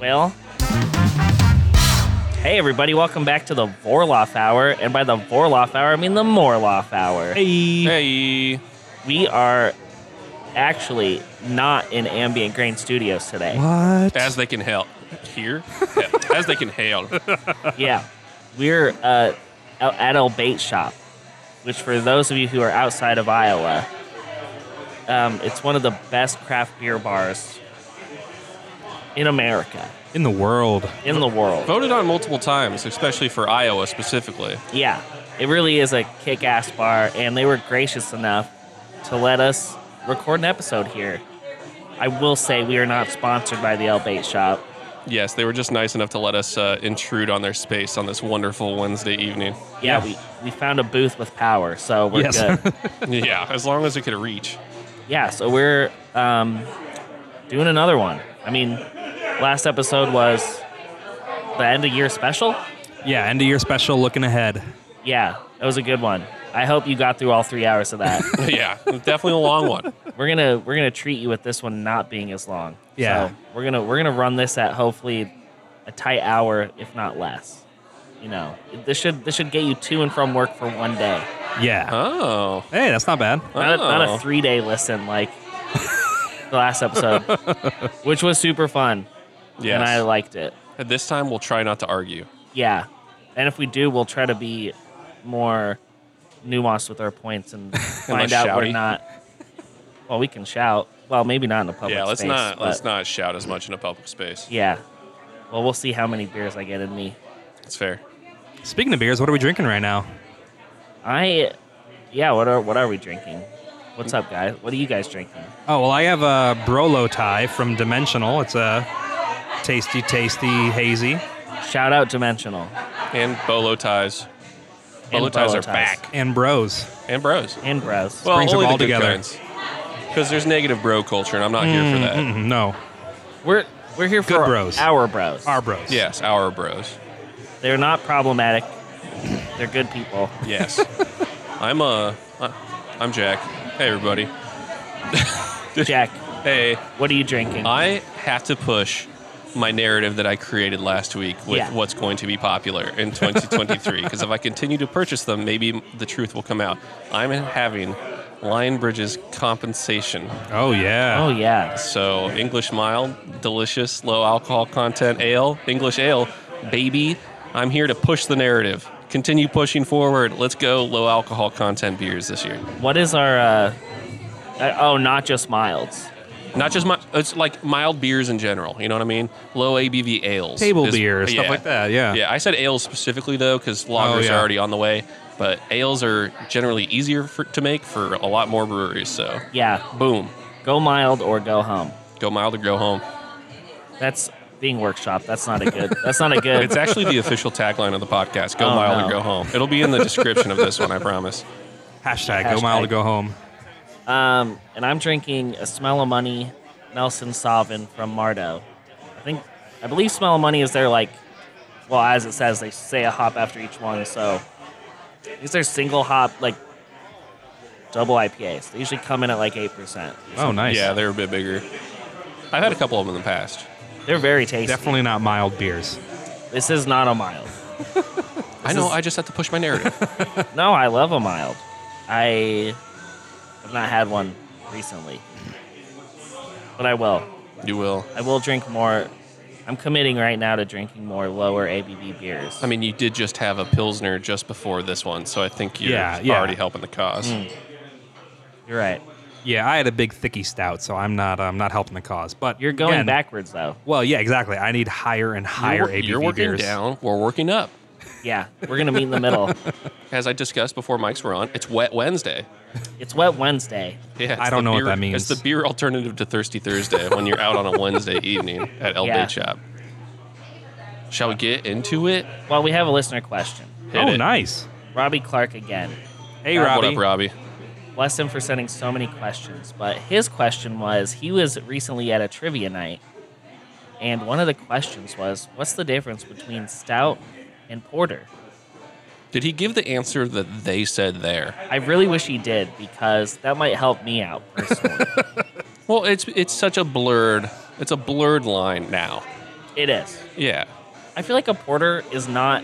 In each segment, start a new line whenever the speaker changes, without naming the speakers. Well, hey everybody, welcome back to the Vorloff Hour, and by the Vorloff Hour, I mean the Morloff Hour.
Hey.
We are actually not in Ambient Grain Studios today.
What?
As they can hail. Here? Yeah, As they can hail.
Yeah, we're uh, out at El Bait Shop, which for those of you who are outside of Iowa, um, it's one of the best craft beer bars in America,
In the world.
in the world.
Voted on multiple times, especially for Iowa specifically.
Yeah, it really is a kick ass bar, and they were gracious enough to let us record an episode here. I will say we are not sponsored by the El Bait Shop.
Yes, they were just nice enough to let us uh, intrude on their space on this wonderful Wednesday evening.
Yeah, we, we found a booth with power, so we're
Yes.
good.
yeah, as long as it could reach.
yeah, so we're um, doing another one. I mean, last episode was the end of year special.
Yeah, end of year special looking ahead.
Yeah, that was a good one. I hope you got through all three hours of that.
yeah, definitely a long one.
we're gonna we're gonna treat you with this one not being as long.
Yeah.
So we're gonna we're gonna run this at hopefully a tight hour, if not less. You know, this should this should get you to and from work for one day,
Yeah.
Oh.
Hey, that's not bad.
not a, not
Oh.
a three day listen like the last episode, which was super fun
Yes.
and I liked it.
At this time, we'll try not to argue.
Yeah, and if we do, we'll try to be more nuanced with our points and find out we're
shouty.
not. Well, we can shout. Well, maybe not in the public.
yeah, let's
space,
not let's
but-
not shout as much in a public space.
Yeah. Well, we'll see how many beers I get in me.
It's fair.
Speaking of beers, what are we drinking right now?
I, yeah. What are what are we drinking? What's up, guys? What are you guys drinking?
Oh, well, I have a Brolo tie from Dimensional. It's a tasty, tasty, hazy.
Shout out Dimensional
And bolo ties. Bolo
And
ties
bolo
are
ties.
back.
And bros.
And bros.
and Bros.
Well,
brings them
only
all
the good
together.
kinds. Because there's negative bro culture, and I'm not here for that.
Mm-mm, Mm-hmm, no,
we're we're here for
Good bros.
our bros.
our bros.
Yes, our bros.
They're not problematic. They're good people.
Yes. I'm uh, uh, I'm Jack. Hey everybody.
Jack,
Hey,
what are you drinking?
I have to push my narrative that I created last week with
Yeah.
what's going to be popular in 2023 because if I continue to purchase them, maybe the truth will come out. I'm having Lionbridge's compensation.
Oh,
oh
yeah.
yeah.
So English mild, delicious, low alcohol content ale, English ale, baby. I'm here to push the narrative. Continue pushing forward. Let's go low alcohol content beers this year.
What is our? uh uh, Oh, not just milds.
Not just my, it's like mild beers in general. You know what I mean? Low ABV ales,
Table
is-
beer, stuff
yeah.
like that. Yeah.
Yeah, I said ales specifically though, because lagers
Oh, yeah.
are already on the way. But ales are generally easier for, to make for a lot more breweries. So,
Yeah.
boom,
Go mild or go home.
go mild or go home.
That's being workshop. That's not a good. That's not a good.
It's actually the official tagline of the podcast: "Go
Oh,
mild
no.
or go home." It'll be in the description of this one, I promise. Oh.
Hashtag, go mile to
Hashtag.
go home.
Um, and I'm drinking a Smell of Money Nelson Sauvin from Mardo. I think, I believe Smell of Money is their like, well, as it says, they say a hop after each one. So these are single hop, like double IPAs. They usually come in at like 8%.
Oh, nice.
Yeah, they're a bit bigger. I've had a couple of them in the past.
They're very tasty.
Definitely not mild beers.
This is not a mild.
I know. I just have to push my narrative.
No, I love a mild. I have not had one recently, but I will.
you will.
I will drink more. I'm committing right now to drinking more lower ABV beers.
I mean, you did just have a pilsner just before this one, so I think you're
Yeah, yeah. Mm.
already helping the cause.
you're right.
Yeah, I had a big thicky stout, so I'm not um, not helping the cause. But
You're going
again,
backwards though.
Well, yeah, exactly. I need higher and higher
you're, wor-
ABV
you're working
beers.
down. We're working up.
Yeah, we're gonna meet in the middle.
As I discussed before, mics were on. It's Wet Wednesday.
It's Wet Wednesday.
Yeah, it's
I don't
the
know what
beer-
that means.
It's the beer alternative to Thirsty Thursday when you're out on a Wednesday evening at El
Yeah.
Bait Shop. Shall we get into it?
Well, we have a listener question.
Hit
Oh,
it.
nice.
Robbie Clark again.
Hey,
What
Robbie.
up, Robbie?
Bless him for sending so many questions. But his question was he was recently at a trivia night, and one of the questions was, What's the difference between stout and porter?
Did he give the answer that they said there?
I really wish he did because that might help me out personally.
Well, it's it's such a blurred it's a blurred line now.
it is.
Yeah.
I feel like a porter is not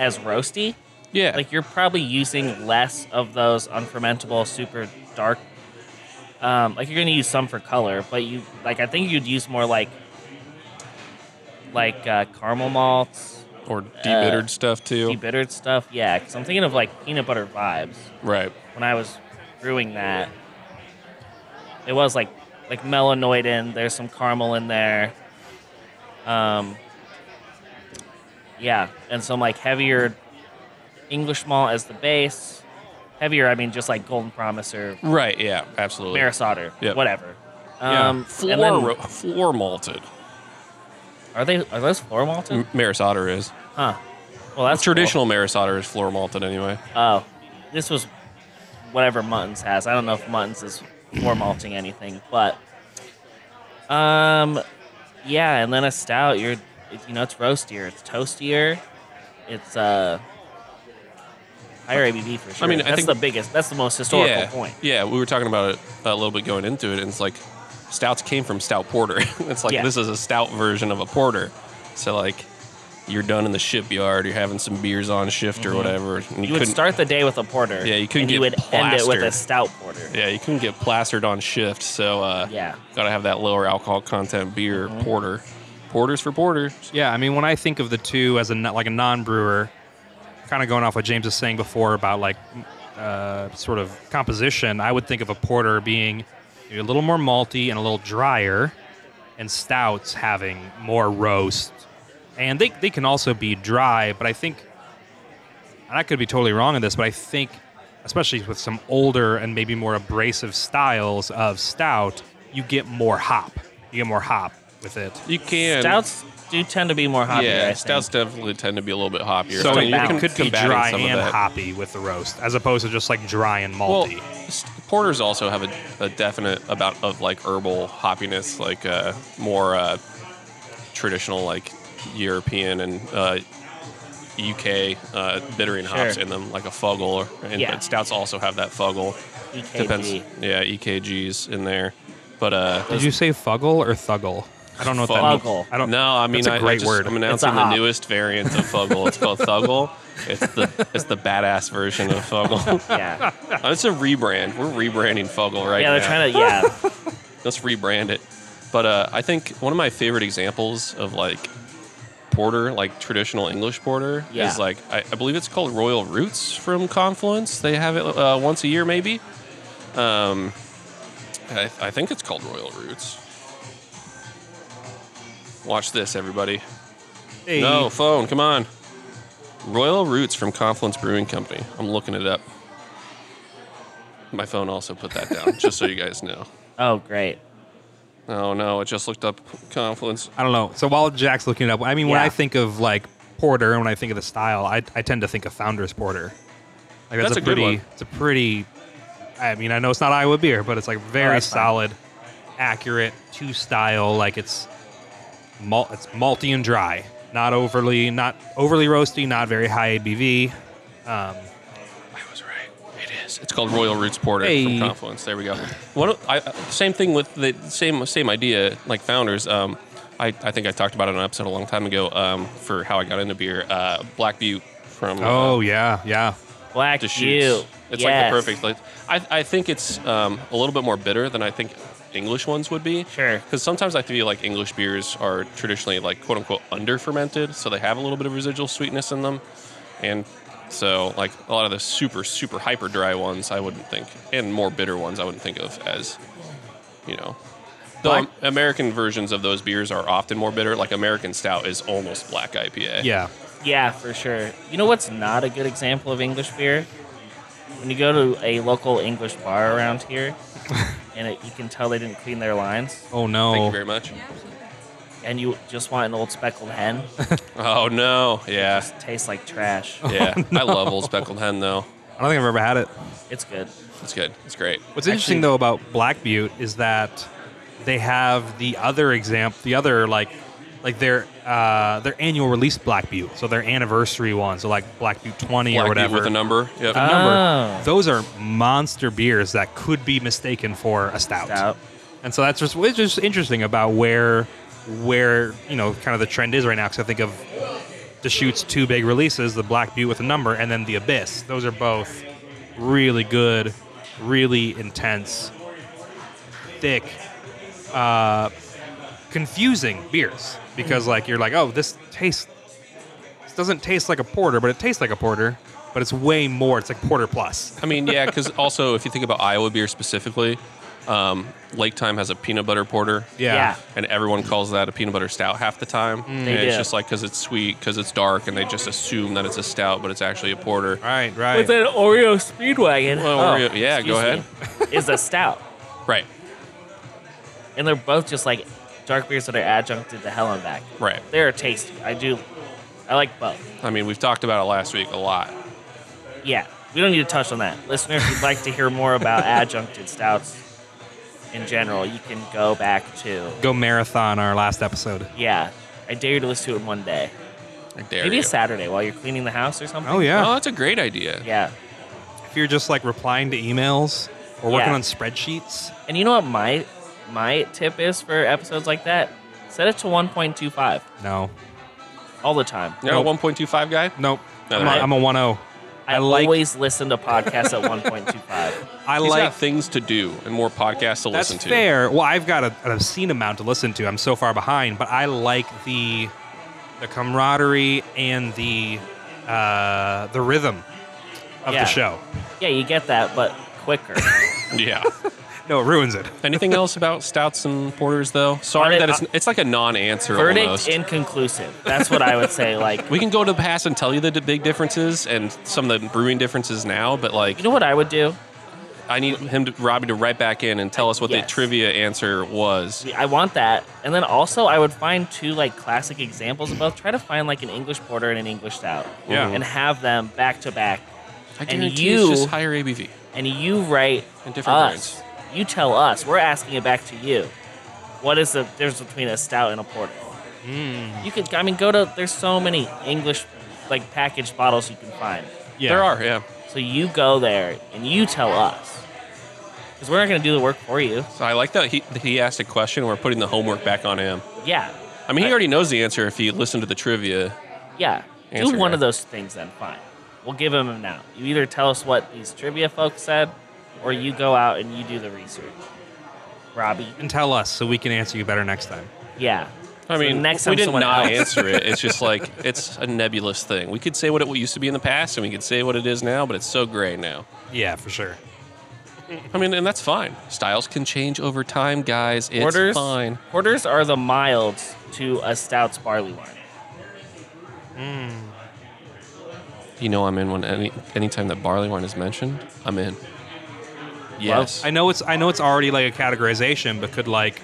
as roasty.
Yeah.
Like you're probably using less of those unfermentable, super dark. Um, like you're gonna use some for color, but you like I think you'd use more like like uh, caramel malts,
or
uh,
debittered stuff too.
debittered stuff. Yeah, because I'm thinking of like peanut butter vibes
right.
when I was brewing that. It was like like melanoid in. There's some caramel in there. Um, yeah, and some like heavier English malt as the base. Heavier, I mean, just like Golden Promise or
Right. Yeah. Absolutely.
Maris Otter,
Yep.
whatever.
yeah.
Um,
floor
and then-
ro- floor malted.
are they are those floor malted?
M- Maris Otter is
Huh. Well, that's cool.
Mm. traditional. Maris Otter is floor malted anyway.
Oh, this was whatever Muttons has. I don't know if Muttons is for malting anything, but um, yeah. And then a stout, you're it, you know it's roastier, it's toastier, it's uh higher ABV for sure.
mean, I
that's
think-
the biggest, that's the most historical
yeah.
point.
Yeah. We were talking about it a little bit going into it, and it's like stouts came from stout porter. it's like
Yeah.
this is a stout version of a porter. So like. You're done in the shipyard. You're having some beers on shift or whatever. And you,
Mm-hmm. You would
couldn't-
start the day with a porter.
Yeah, you couldn't
and you
get
would end it with a
plastered.
stout porter.
Yeah, you couldn't get plastered on shift, so uh,
Yeah. Mm-hmm.
gotta have that lower alcohol content beer porter. Porters for porters.
Yeah, I mean, when I think of the two as a no- like a non-brewer, kind of going off what James was saying before about like m- uh, sort of composition, I would think of a porter being maybe a little more malty and a little drier, and stouts having more roast, and they they can also be dry, but I think, and I could be totally wrong on this, but I think, especially with some older and maybe more abrasive styles of stout, you get more hop, you get more hop with it.
You can.
Stouts do tend to be more hoppy. I
yeah,
think.
stouts definitely tend to be a little bit hoppier.
So
It's a
you
balance.
can, could be
combating
dry
some of
and
that.
hoppy with the roast, as opposed to just like dry and
Well,
malty.
s- porters also have a, a definite about of like herbal hoppiness, like uh, more uh, traditional, like European and uh, UK uh, bittering hops
Sure.
in them, like a fuggle. And,
Yeah.
But stouts also have that fuggle.
E
EKG.
Depends. Yeah, EKGs in there. But uh,
Did you say fuggle or thuggle? I don't know what that
Fuggle.
means. I don't.
No, I mean,
that's a
I- I,
great
just,
word.
I'm
It's a
announcing the
hop.
newest variant of Fuggle. It's called Thuggle. It's the it's the badass version of Fuggle.
Yeah,
Uh, it's a rebrand. We're rebranding Fuggle right
yeah,
now.
they're trying to. Yeah,
Let's rebrand it. But uh, I think one of my favorite examples of like porter, like traditional English porter,
Yeah.
is like I, I believe it's called Royal Roots from Confluence. They have it uh, once a year, maybe. Um, I, I think it's called Royal Roots. Watch this, everybody.
Hey,
No, phone, come on. Royal Roots from Confluence Brewing Company. I'm looking it up. My phone also put that down, just so you guys know.
Oh, great.
Oh no, it just looked up Confluence.
I don't know. So while Jack's looking it up, I mean, when
Yeah.
I think of like porter and when I think of the style, I, I tend to think of Founder's Porter. Like
That's a good
pretty.
one.
It's a pretty. I mean, I know it's not Iowa beer, but it's like very
that's fine.
solid, accurate to style. Like it's, mal- it's malty and dry, not overly, not overly roasty, not very high ABV.
I was right. It is. It's called Royal Roots Porter
Hey.
from Confluence. There we go. One, of- I, same thing with the same same idea. Like founders, um, I, I think I talked about it on an episode a long time ago um, for how I got into beer. Uh, Black Butte from uh,
Oh yeah, yeah.
Black
to
you.
shoot. It's
Yes.
like the perfect. Like, I, I think it's um, a little bit more bitter than I think English ones would be.
Sure.
Because sometimes I feel like English beers are traditionally like quote unquote under fermented, so they have a little bit of residual sweetness in them, and so like a lot of the super super hyper dry ones I wouldn't think, and more bitter ones I wouldn't think of as, you know. Though
Black-
American versions of those beers are often more bitter. Like American Stout is almost black IPA.
Yeah.
Yeah, for sure. You know what's not a good example of English beer? When you go to a local English bar around here, and it, you can tell they didn't clean their lines,
Oh
Thank you
no.
very much.
and you just want an old speckled hen,
Oh no. Yeah.
it tastes like trash.
Yeah, I love old speckled hen though.
I don't think I've ever had it.
It's good.
It's good. It's great.
What's interesting though about Black Butte is that they have the other example, the other like like their uh, their annual release Black Butte, so their anniversary ones, so like Black Butte 20
Black
or
Butte
whatever. Uh,
with a number. Yep.
the number.
Oh.
Those are monster beers that could be mistaken for a stout.
Stout.
And so that's just it's just interesting about where where you know kind of the trend is right now. Because I think of the shoots two big releases, the Black Butte with a number, and then the Abyss. Those are both really good, really intense, thick, uh, confusing beers because like you're like, oh, this tastes this doesn't taste like a porter, but it tastes like a porter, but it's way more. It's like porter plus.
I mean, yeah, because also if you think about Iowa beer specifically, um, Lake Time has a peanut butter porter.
Yeah.
And everyone calls that a peanut butter stout half the time. and
They
it's
do.
just like because it's sweet, because it's dark, and they just assume that it's a stout, but it's actually a porter.
Right, right.
With an Oreo Speedwagon.
Well,
Oh,
Oreo- yeah, go
excuse me. Is a stout.
Right,
And they're both just like dark beers that are adjuncted to hell and back.
right.
They're tasty. I do. I like both.
I mean, we've talked about it last week a lot.
Yeah, we don't need to touch on that. Listener, if you'd like to hear more about adjuncted stouts in general, you can go back to.
Go marathon our last episode.
Yeah, I dare you to listen to it one day.
I dare
Maybe
you.
a Saturday while you're cleaning the house or something.
Oh yeah.
Oh, that's a great idea.
Yeah.
if you're just like replying to emails or working
Yeah.
on spreadsheets.
And you know what my my tip is for episodes like that? Set it to 1.25
No,
all the time.
You're not a 1.25 guy?
nope.
No,
I'm,
no,
a,
no.
I'm a 1-0.
I,
I like-
always listen to podcasts at 1.25.
I
He's
like
got things to do and more podcasts to
that's
listen to.
fair. Well, I've got a, an obscene amount to listen to. I'm so far behind, but I like the the camaraderie and the uh, the rhythm of
Yeah.
the show.
Yeah, you get that, but quicker.
Yeah.
No, it ruins it.
Anything else about stouts and porters, though? Sorry
Verdict-
that it's it's like a non-answer
uh, Verdict
almost.
inconclusive. That's what I would say. Like,
we can go to the past and tell you the d- big differences and some of the brewing differences now, but like
you know what I would do?
I need him, to, Robbie, to write back in and tell us what
Yes.
the trivia answer was.
I want that. And then also, I would find two like classic examples of both. Try to find like an English porter and an English stout,
Yeah.
and have them back to back.
I
And
guarantee
you-
it's just higher ABV.
And you write
And different
us. You tell us. We're asking it back to you. What is the difference between a stout and a porter? You could. I mean, go to. There's so many English like packaged bottles you can find.
Yeah.
There are, yeah.
So you go there and you tell us, because we're not going to do the work for you.
So I like that he, that he asked a question. We're putting the homework back on him.
Yeah,
I mean, he
I-
already knows the answer if he listened to the trivia.
Yeah.
Answer
Do one
that.
of those things then. Fine. We'll give them now. You either tell us what these trivia folks said, or you go out and you do the research. Robbie.
And tell us so we can answer you better next time.
Yeah.
I
So
mean,
next
we
time
did
someone
not
else-
answer it. It's just like it's a nebulous thing. We could say what it used to be in the past, and we could say what it is now, but it's so gray now.
Yeah, for sure.
I mean, and that's fine. Styles can change over time, guys. It's
Porters,
fine.
porters are the milds to a stout's barley wine.
You know, I'm in when any anytime that barley wine is mentioned, I'm in. Yes,
I know it's I know it's already like a categorization, but could like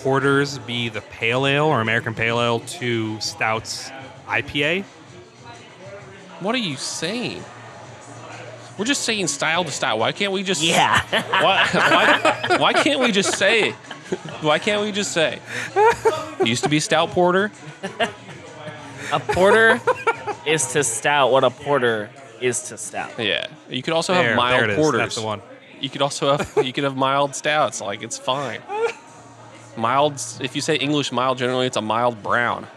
porters be the pale ale or American pale ale to stouts IPA?
What are you saying? We're just saying style to style. Why can't we just?
Yeah.
Why, why, why can't we just say? Why can't we just say? It used to be stout porter.
a porter is to stout what a porter is to stout.
Yeah. You could also
There,
have mild
there it is.
porters.
That's the one.
You could also have you could have mild stouts. Like it's fine. Mild. If you say English mild, generally it's a mild brown,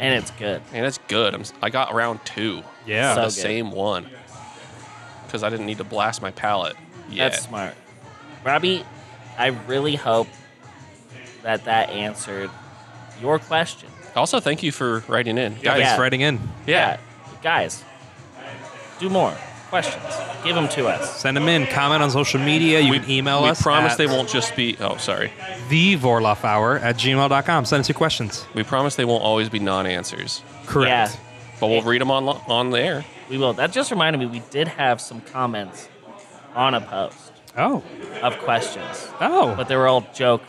And it's good.
and it's good. I'm, si got round two.
Yeah.
So
the
good.
same one. Because I didn't need to blast my palate. Yeah.
That's smart. Robbie, I really hope that that answered your question.
also, thank you for writing in,
yeah,
guys.
thanks
yeah.
for writing in.
Yeah.
Guys, do more. Questions. Give them to us.
Send them in. Comment on social media. You
We
can email
we
us.
promise
at
they won't just be. Oh, sorry.
The Vorloff Hour at gmail.com. Send us your questions.
We promise they won't always be non-answers,
Correct.
Yeah,
but we'll read them on lo- on the air.
we will. That just reminded me, we did have some comments on a post
Oh.
of questions,
Oh.
but they were all joke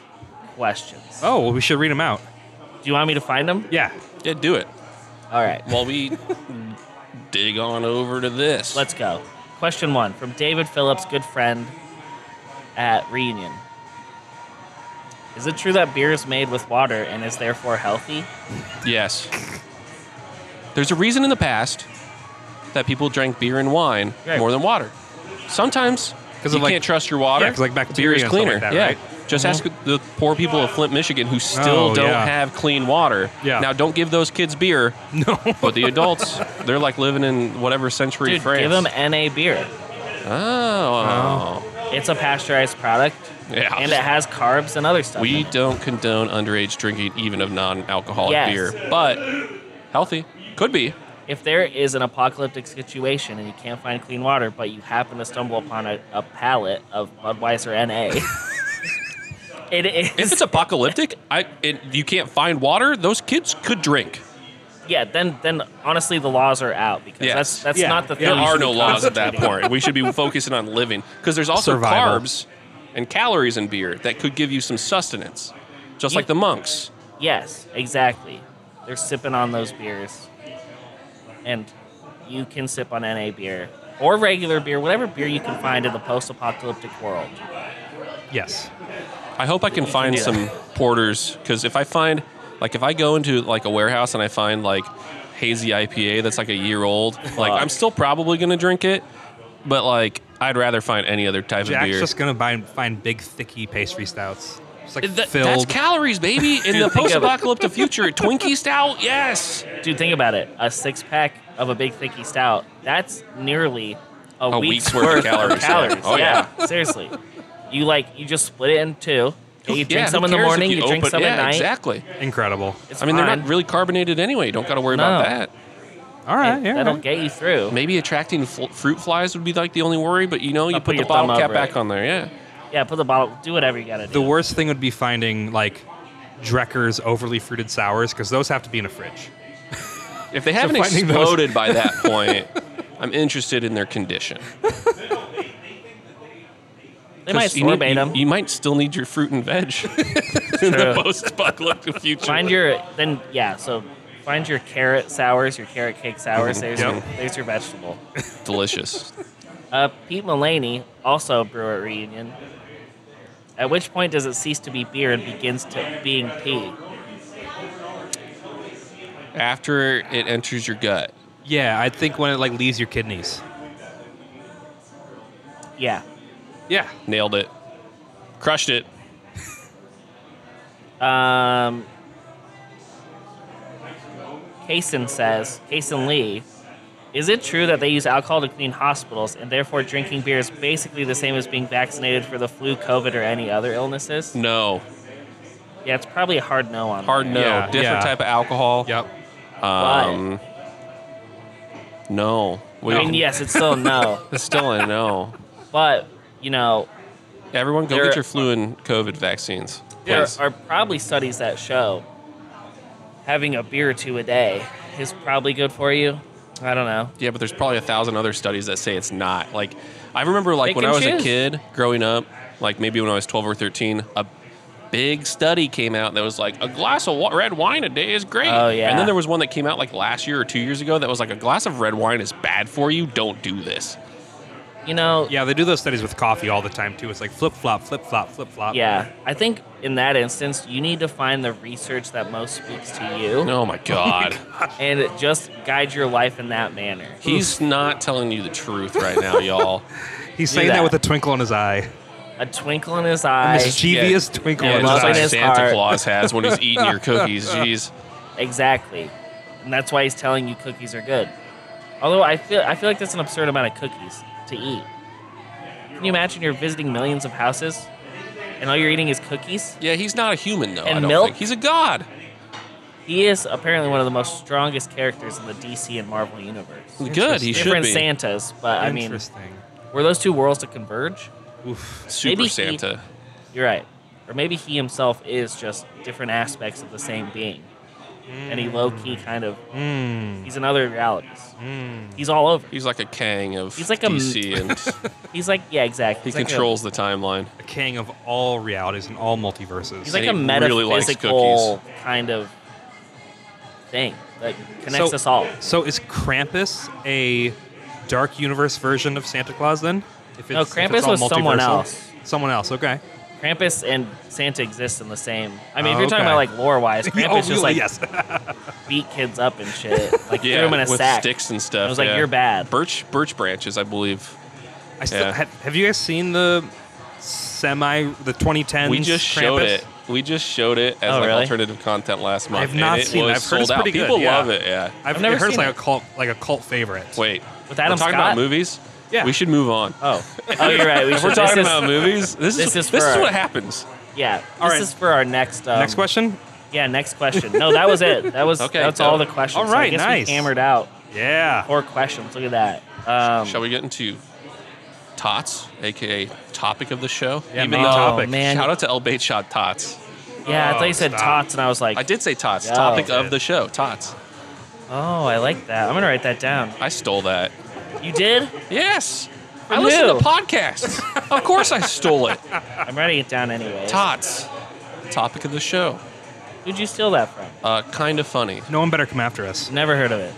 questions.
oh, well, we should read them out.
Do you want me to find them?
Yeah.
Yeah, do it.
All right,
While we dig on over to this.
let's go. Question one from David Phillips, good friend at Reunion. Is it true that beer is made with water and is therefore healthy?
Yes. There's a reason in the past that people drank beer and wine
Right.
more than water. Sometimes
'Cause
you
of, like-
can't trust your water.
Yeah, 'cause, like, bacteria
beer is
and stuff
cleaner.
like that,
yeah.
right? Mm-hmm.
Just ask the poor people of Flint, Michigan, who still
Oh,
don't
yeah.
have clean water.
Yeah.
Now, don't give those kids beer,
No.
but the adults, they're like living in whatever century
Dude,
France.
give them NA beer.
oh.
It's a pasteurized product,
Yeah.
and it has carbs and other stuff.
We
in it.
don't condone underage drinking, even of non-alcoholic
Yes.
beer, but healthy could be.
If there is an apocalyptic situation and you can't find clean water, but you happen to stumble upon a, a pallet of Budweiser NA, it
If
is
it's apocalyptic, I and you can't find water. Those kids could drink.
yeah. Then then honestly, the laws are out because
Yes.
that's that's
Yeah.
not the thing.
There
you
are
should
no
be
laws at that
concentrating on.
point. We should be focusing on living because there's also
Survival.
carbs and calories in beer that could give you some sustenance, just
You-
like the monks.
Yes, exactly. They're sipping on those beers, and you can sip on NA beer or regular beer, whatever beer you can find in the post-apocalyptic world.
Yes.
I hope I can find
do that.
some porters because if I find, like, if I go into like a warehouse and I find like hazy IPA that's like a year old, like I'm still probably gonna drink it, but like I'd rather find any other type of
Jack's
beer.
just gonna buy, find big, thicky pastry stouts. It's like
Th- that's
filled.
calories, baby. In
Dude,
the
think of it.
post-apocalyptic future, Twinkie Stout, yes.
Dude, think about it. A six pack of a big thicky stout, that's nearly a,
A
week's,
week's
worth,
worth of
of calories.
calories, yeah. Oh,
yeah. seriously. You like you just split it in two. And you drink
Oh, who
some in the
cares if
morning, you, drink
open-
some
yeah,
at night.
Exactly.
Incredible.
It's
I mean, they're
fine.
not really carbonated anyway. You don't got to worry about
No.
that.
All right. Yeah.
That'll
right.
get you through.
Maybe attracting fl- fruit flies would be like the only worry, but you know, you
I'll put
put, the
your thumb
bottle cap
over
back
it.
on there. Yeah.
Yeah, put the bottle. Do whatever you gotta do.
The worst thing would be finding like Drecker's overly fruited sours because those have to be in a fridge.
If they haven't
finding those-
exploded by that point, I'm interested in their condition.
they might
'Cause you, need-
sorbate
you-
them.
you might still need your fruit and veg in the post-apocalyptic future.
find your then yeah. So find your carrot sours, your carrot cake sours.
Mm-hmm.
There's your,
Yep.
there's your vegetable.
delicious.
Uh, Pete Mullaney, also a brewer at reunion. At which point does it cease to be beer and begins to being pee?
After it enters your gut,
Yeah, I think when it like leaves your kidneys.
Yeah.
Yeah.
nailed it, crushed it.
Um, Kaysen says, Kaysen Lee, is it true that they use alcohol to clean hospitals and therefore drinking beer is basically the same as being vaccinated for the flu, COVID, or any other illnesses?
No,
Yeah, it's probably a hard no on
hard no.
Yeah,
Different
yeah.
type of alcohol.
Yep.
Um, no. We,
there. I mean, yes, it's still a no.
It's still a no.
But, you know,
Everyone, go
There-
get your flu and COVID vaccines.
There
please.
are probably studies that show having a beer or two a day is probably good for you. I don't know.
Yeah, but there's probably a thousand other studies that say it's not. Like, I remember like
They
when I
can
was a
choose.
kid growing up, like maybe when I was 12 or 13, a big study came out that was like a glass of wa- red wine a day is great.
Oh, yeah.
And then there was one that came out like last year or two years ago that was like a glass of red wine is bad for you. Don't do this.
You know, yeah.
Yeah, they do those studies with coffee all the time too. It's like flip flop, flip flop, flip flop.
I think in that instance, you need to find the research that most speaks to you
Oh my god.
and just guide your life in that manner.
He's not telling you the truth right now, y'all.
He's saying that.
that.
with a twinkle in his eye,
A twinkle in his
a
eye.
mischievous
Yeah.
twinkle
Yeah,
in his
love
just like
in
eye.
his
Santa
heart.
Claus has when he's eating your cookies. Jeez.
Exactly. And that's why he's telling you cookies are good. Although I feel I feel like that's an absurd amount of cookies to eat. Can you imagine you're visiting millions of houses and all you're eating is cookies?
Yeah, he's not a human though.
And
I don't
milk?
think. He's a god.
He is apparently one of the most strongest characters in the DC and Marvel universe.
Good. He
Interesting.
should
Different
be.
Santas, but I mean,
Interesting.
were those two worlds to converge?
Oof.
Super
Maybe he-
Santa.
You're right. Or maybe he himself is just different aspects of the same being. And he low key
Hmm.
kind of,
Mm.
he's in other realities. He's all over.
He's like a Kang of
He's like a m-
DC, and
He's like, yeah, exactly.
he
He's like a-
controls the timeline.
The king of all realities and all multiverses.
He's like a
And he really likes
metaphysical kind of thing that connects
So-
us all.
so is Krampus a dark universe version of Santa Claus then? If
No, Krampus was someone
multiversal?
else.
Someone else. Okay.
Krampus and Santa exist in the same. I mean, if
Oh,
you're talking about
okay.
like lore wise, Krampus
oh,
just
really?
like
yes.
beat kids up and shit. Like
Yeah,
threw them in a
with
sack.
sticks and
I
stuff.
was like,
yeah.
"You're bad."
Birch birch branches, I believe.
I still,
Yeah.
have, have you guys seen the semi the 2010s?
We just showed
Krampus?
it. We just showed it as
Oh,
like
really?
alternative content last month.
I've not
and it
seen it.
was
I've heard it's
sold out.
pretty good,
People
yeah.
love it. Yeah.
I've,
never
never heard it's
seen
like a cult like a cult favorite.
Wait.
With Adam
we're
Scott?
talking about movies.
Yeah.
We should move on.
Oh, oh, you're right. We
If we're
should-
talking
this is-
about movies, this is
this is
this is
for-
what happens.
yeah. This
All right.
is for our next. Um,
Next question.
Yeah, next question. No, that was it. That was
Okay,
that's
so-
all the questions.
all
So I
right,
guess we
nice.
hammered out
Yeah.
four questions. Look at that. Um,
Shall we get into Tots, aka topic of the show?
Yeah,
Even
main
though-
topic.
oh, man.
Shout out to El Bait Shot Tots.
yeah, I thought you
Oh,
said
stop.
tots, and I was like,
I did say Tots.
Yeah.
topic of the show, Tots.
oh, I like that. I'm gonna write that down.
I stole that.
You did?
Yes. I
From
listen
who?
to podcasts. of course I stole it.
I'm writing it down anyway.
Tots. Topic of the show.
Who'd you steal that from?
Uh, kind of funny.
No one better come after us.
Never heard of it.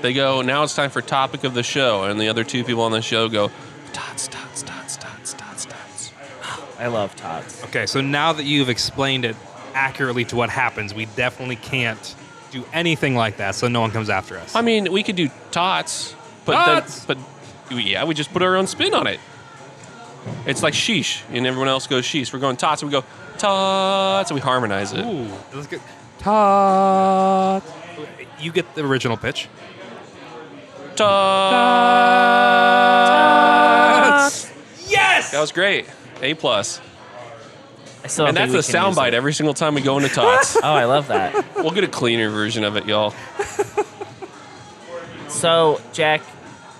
They go, now it's time for topic of the show. And the other two people on the show go, Tots, Tots, Tots, Tots, Tots, Tots.
I love tots.
Okay, so now that you've explained it accurately to what happens, we definitely can't do anything like that, so no one comes after us.
I mean, we could do Tots, but
Tots!
Then, but yeah, we just put our own spin on it. It's like sheesh, and everyone else goes sheesh. We're going Tots, and we go Tots, and we harmonize it.
Ooh, that's good. Ta. You get the original pitch.
Tots.
Yes.
That was great. A plus.
I still don't
And that's
think
the
we can use
soundbite
it.
every single time we go into Tots.
Oh, I love that.
we'll get a cleaner version of it, y'all.
So, Jack,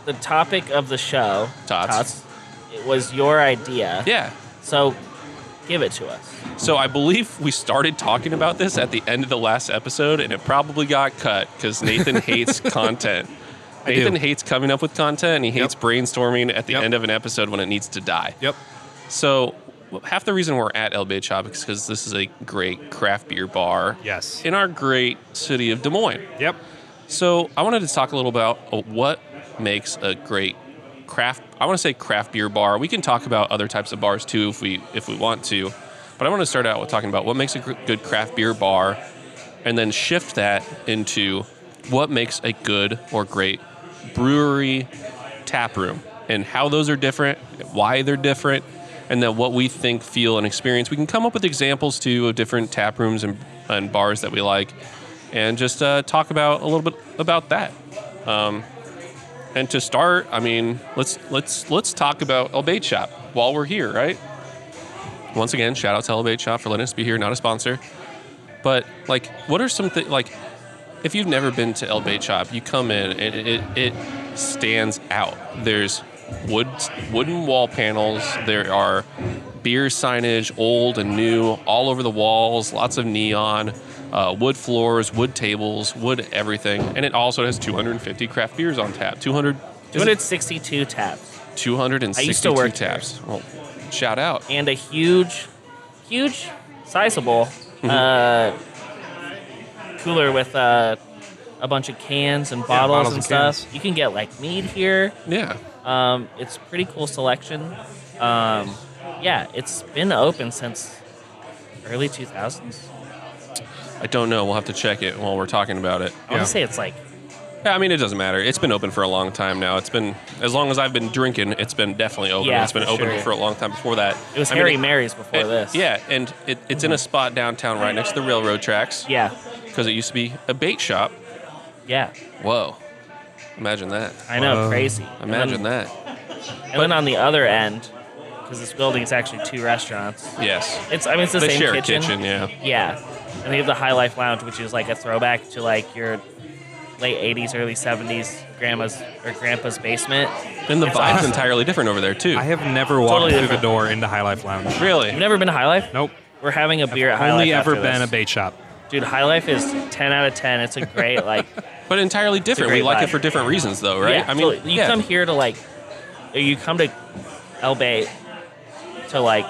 the topic of the show,
Tots.
it was your idea.
Yeah.
So, give it to us.
So I believe we started talking about this at the end of the last episode, and it probably got cut because Nathan hates content.
do.
Nathan hates coming up with content, and he hates
Yep.
brainstorming at the
Yep.
end of an episode when it needs to die.
Yep.
So half the reason we're at El Bay Shop is because this is a great craft beer bar
Yes.
in our great city of Des Moines.
Yep.
So I wanted to talk a little about uh, what makes a great craft. I want to say craft beer bar. We can talk about other types of bars too if we if we want to, but I want to start out with talking about what makes a gr- good craft beer bar, and then shift that into what makes a good or great brewery tap room and how those are different, why they're different, and then what we think, feel, and experience. We can come up with examples too of different tap rooms and, and bars that we like, and just uh, talk about a little bit about that. Um, and to start, I mean, let's let's let's talk about El Bait Shop while we're here, right? Once again, shout out to El Bait Shop for letting us be here, not a sponsor. But like, what are some things like? if you've never been to El Bait Shop, you come in and it, it, it stands out. There's wood wooden wall panels. There are beer signage, old and new, all over the walls. Lots of neon, uh, wood floors, wood tables, wood everything. And it also has 250 craft beers on tap. 200, is it
262 taps
262
I used to work there.
taps. Well, shout out.
and a huge, huge, sizable
Mm-hmm.
uh, cooler with uh, a bunch of cans and bottles,
bottles
and,
and
stuff.
cans.
You can get like mead here.
Yeah.
Um, it's pretty cool selection. Um, yeah, it's been open since early 2000s.
I don't know. We'll have to check it while we're talking about it.
I want
Yeah.
to say it's like
Yeah, I mean, it doesn't matter. It's been open for a long time now. It's been as long as I've been drinking. It's been definitely open.
Yeah,
it's been
for
open
sure.
for a long time before that.
it was
I mean,
Harry
it-
Mary's before
it-
this.
Yeah, and it, it's in a spot downtown, right next to the railroad tracks,
yeah,
because it used to be a bait shop.
yeah.
Whoa, imagine that!
I know,
Whoa.
crazy.
Imagine
and then,
that.
that. And then on the other end, because this building is actually two restaurants.
Yes,
It's I mean it's the
they
same
share
kitchen.
a kitchen. Yeah,
Yeah, and they have the High Life Lounge, which is like a throwback to like your late '80s, early '70s grandma's or grandpa's basement.
and the
It's
vibe's
awesome.
entirely different over there too.
I have never walked
Totally
through
different.
the door into High Life Lounge.
You've
really,
never been to High Life?
Nope.
We're having a beer at High
Only
Life.
ever
after
been
this.
a bait shop.
Dude, High Life is 10 out of 10. It's a great like.
but entirely different. We
great
like it
vibe.
for different reasons, though, right?
Yeah,
I mean,
totally. you
yeah,
come here to like, or you come to El Bay to like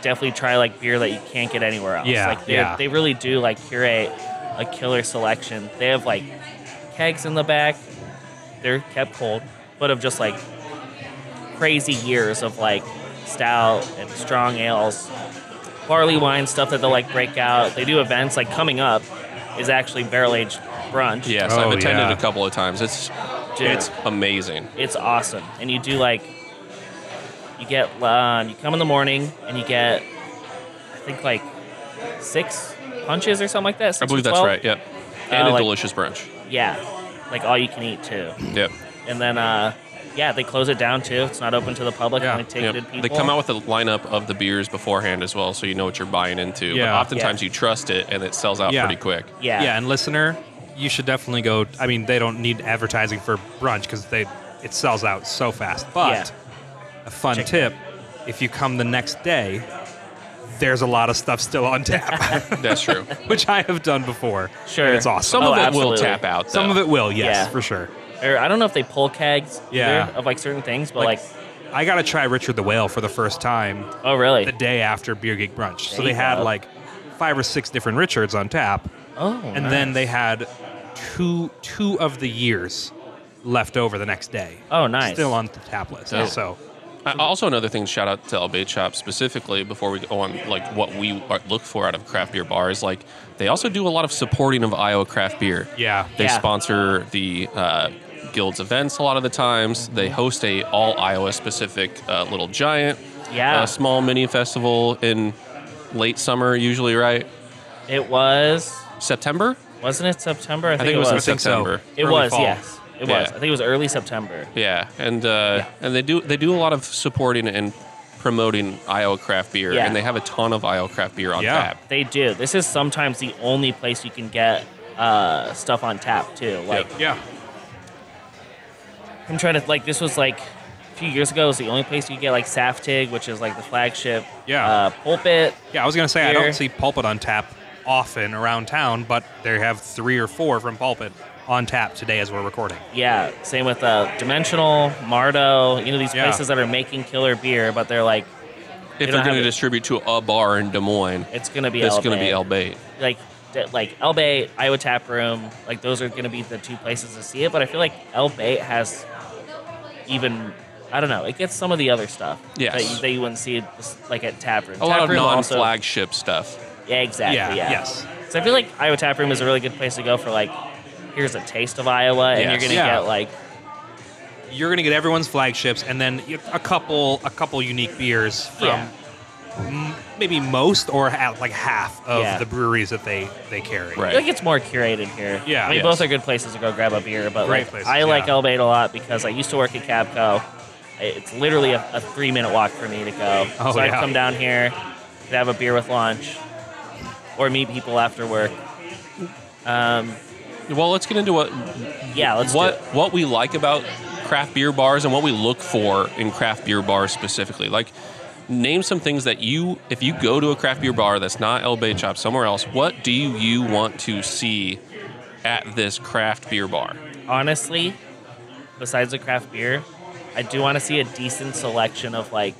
definitely try like beer that you can't get anywhere else.
Yeah,
like they
yeah.
they really do like curate a killer selection. They have like kegs in the back. They're kept cold, but of just like crazy years of like stout and strong ales barley wine stuff that they'll like break out. They do events like coming up is actually barrel aged brunch.
Yes,
Oh,
I've attended
yeah.
a couple of times. It's
Dude.
it's amazing.
It's awesome. And you do like, you get, um, you come in the morning and you get, I think like six punches or something like that.
I
six or
believe that's
12?
right. Yep. And
Uh,
a
like-
delicious brunch.
Yeah. Like all you can eat too.
Yep.
And then, uh, yeah, they close it down too. It's not open to the public.
Yeah.
Only
Yep.
ticketed people.
They come out with a lineup of the beers beforehand as well, so you know what you're buying into. But
Yeah.
oftentimes you trust it and it sells out
Yeah.
pretty quick.
Yeah.
yeah, and listener, you should definitely go. I mean, they don't need advertising for brunch because they it sells out so fast. But a fun
Check-
tip: if you come the next day, there's a lot of stuff still on tap,
That's true.
which I have done before. and
Sure.
it's awesome.
Some
Oh,
of it
absolutely.
will tap out.
Some
though.
of it will, yes,
Yeah.
for sure.
or I don't know if they pull kegs
Yeah.
either of like certain things, but like,
Like- I got to try Richard the Whale for the first time
oh really?
the day after Beer Geek Brunch. so
There
they
you
had
go.
like five or six different Richards on tap,
oh,
and then they had two two of the years left over the next day.
Oh, nice.
Still on the tap list.
Dope.
So
I- Also, another thing, shout out to El Bait Shop specifically before we go on, like what we are- look for out of craft beer bars. Like they also do a lot of supporting of Iowa craft beer.
yeah,
They
Yeah.
sponsor the uh, guild's events a lot of the times. They host a all Iowa specific uh, little giant,
Yeah.
uh, small mini festival in late summer, usually right
it was
September.
wasn't it September? I think,
it was in
it was.
think so.
September.
It
early
was
fall.
yes. It
Yeah.
was. I think it was early September.
Yeah, and uh, and they do they do a lot of supporting and promoting Iowa craft beer,
Yeah.
and they have a ton of Iowa craft beer on
Yeah.
tap.
They do. This is sometimes the only place you can get uh, stuff on tap too. Like
yeah,
I'm trying to like this was like a few years ago. It was the only place you could get like Saftig, which is like the flagship.
Yeah.
Uh, pulpit.
yeah. I was gonna say I
Beer.
don't see Pulpit on tap often around town, but they have three or four from Pulpit on tap today as we're recording.
Yeah. Same with uh, Dimensional, Mardo. You know these
Yeah.
places that are making killer beer, but they're like don't
If they're going
have
to
it.
distribute to a bar in Des Moines,
it's gonna be.
that's
El
going to be
Bay.
El Bait.
like that- like El Bay, Iowa Tap Room, like those are going to be the two places to see it. But I feel like El Bay has even I don't know, it gets some of the other stuff
Yes.
that, you, that you wouldn't see just, like at Tap Room.
A lot
Tap
of
Room also-
non-flagship stuff.
yeah, exactly.
Yeah,
Yeah,
yes.
So I feel like Iowa Tap Room is a really good place to go for like here's a taste of Iowa, and you're
Yes.
gonna
Yeah.
get like
You're gonna get everyone's flagships, and then you- a couple a couple unique beers from.
Yeah.
m- Maybe most or at like half of
Yeah.
the breweries that they they carry.
I
Right.
feel like it's more curated here.
Yeah,
I mean
yes.
both are good places to go grab a beer, but
Great
like
places,
I like
yeah.
El Bay a lot because I used to work at Cabco. It's literally a, a three minute walk for me to go,
Oh,
so I'd
yeah.
come down here, could have a beer with lunch, or meet people after work.
Well, let's get into what
Yeah, let's
what
do it.
what we like about craft beer bars and what we look for in craft beer bars specifically. Like, name some things that you, if you go to a craft beer bar that's not El Bay Chop somewhere else, what do you want to see at this craft beer bar?
Honestly, besides the craft beer, I do want to see a decent selection of like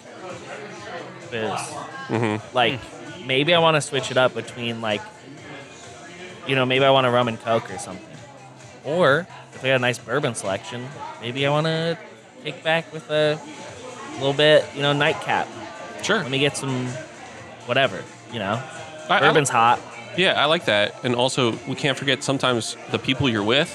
booze. Like maybe I want to switch it up between like you know maybe I want a rum and coke or something, or if they got a nice bourbon selection, maybe I want to kick back with a little bit you know nightcap.
Sure.
Let me get some whatever you know.
I- I-
Bourbon's hot.
Yeah, I like that. And also, we can't forget sometimes the people you're with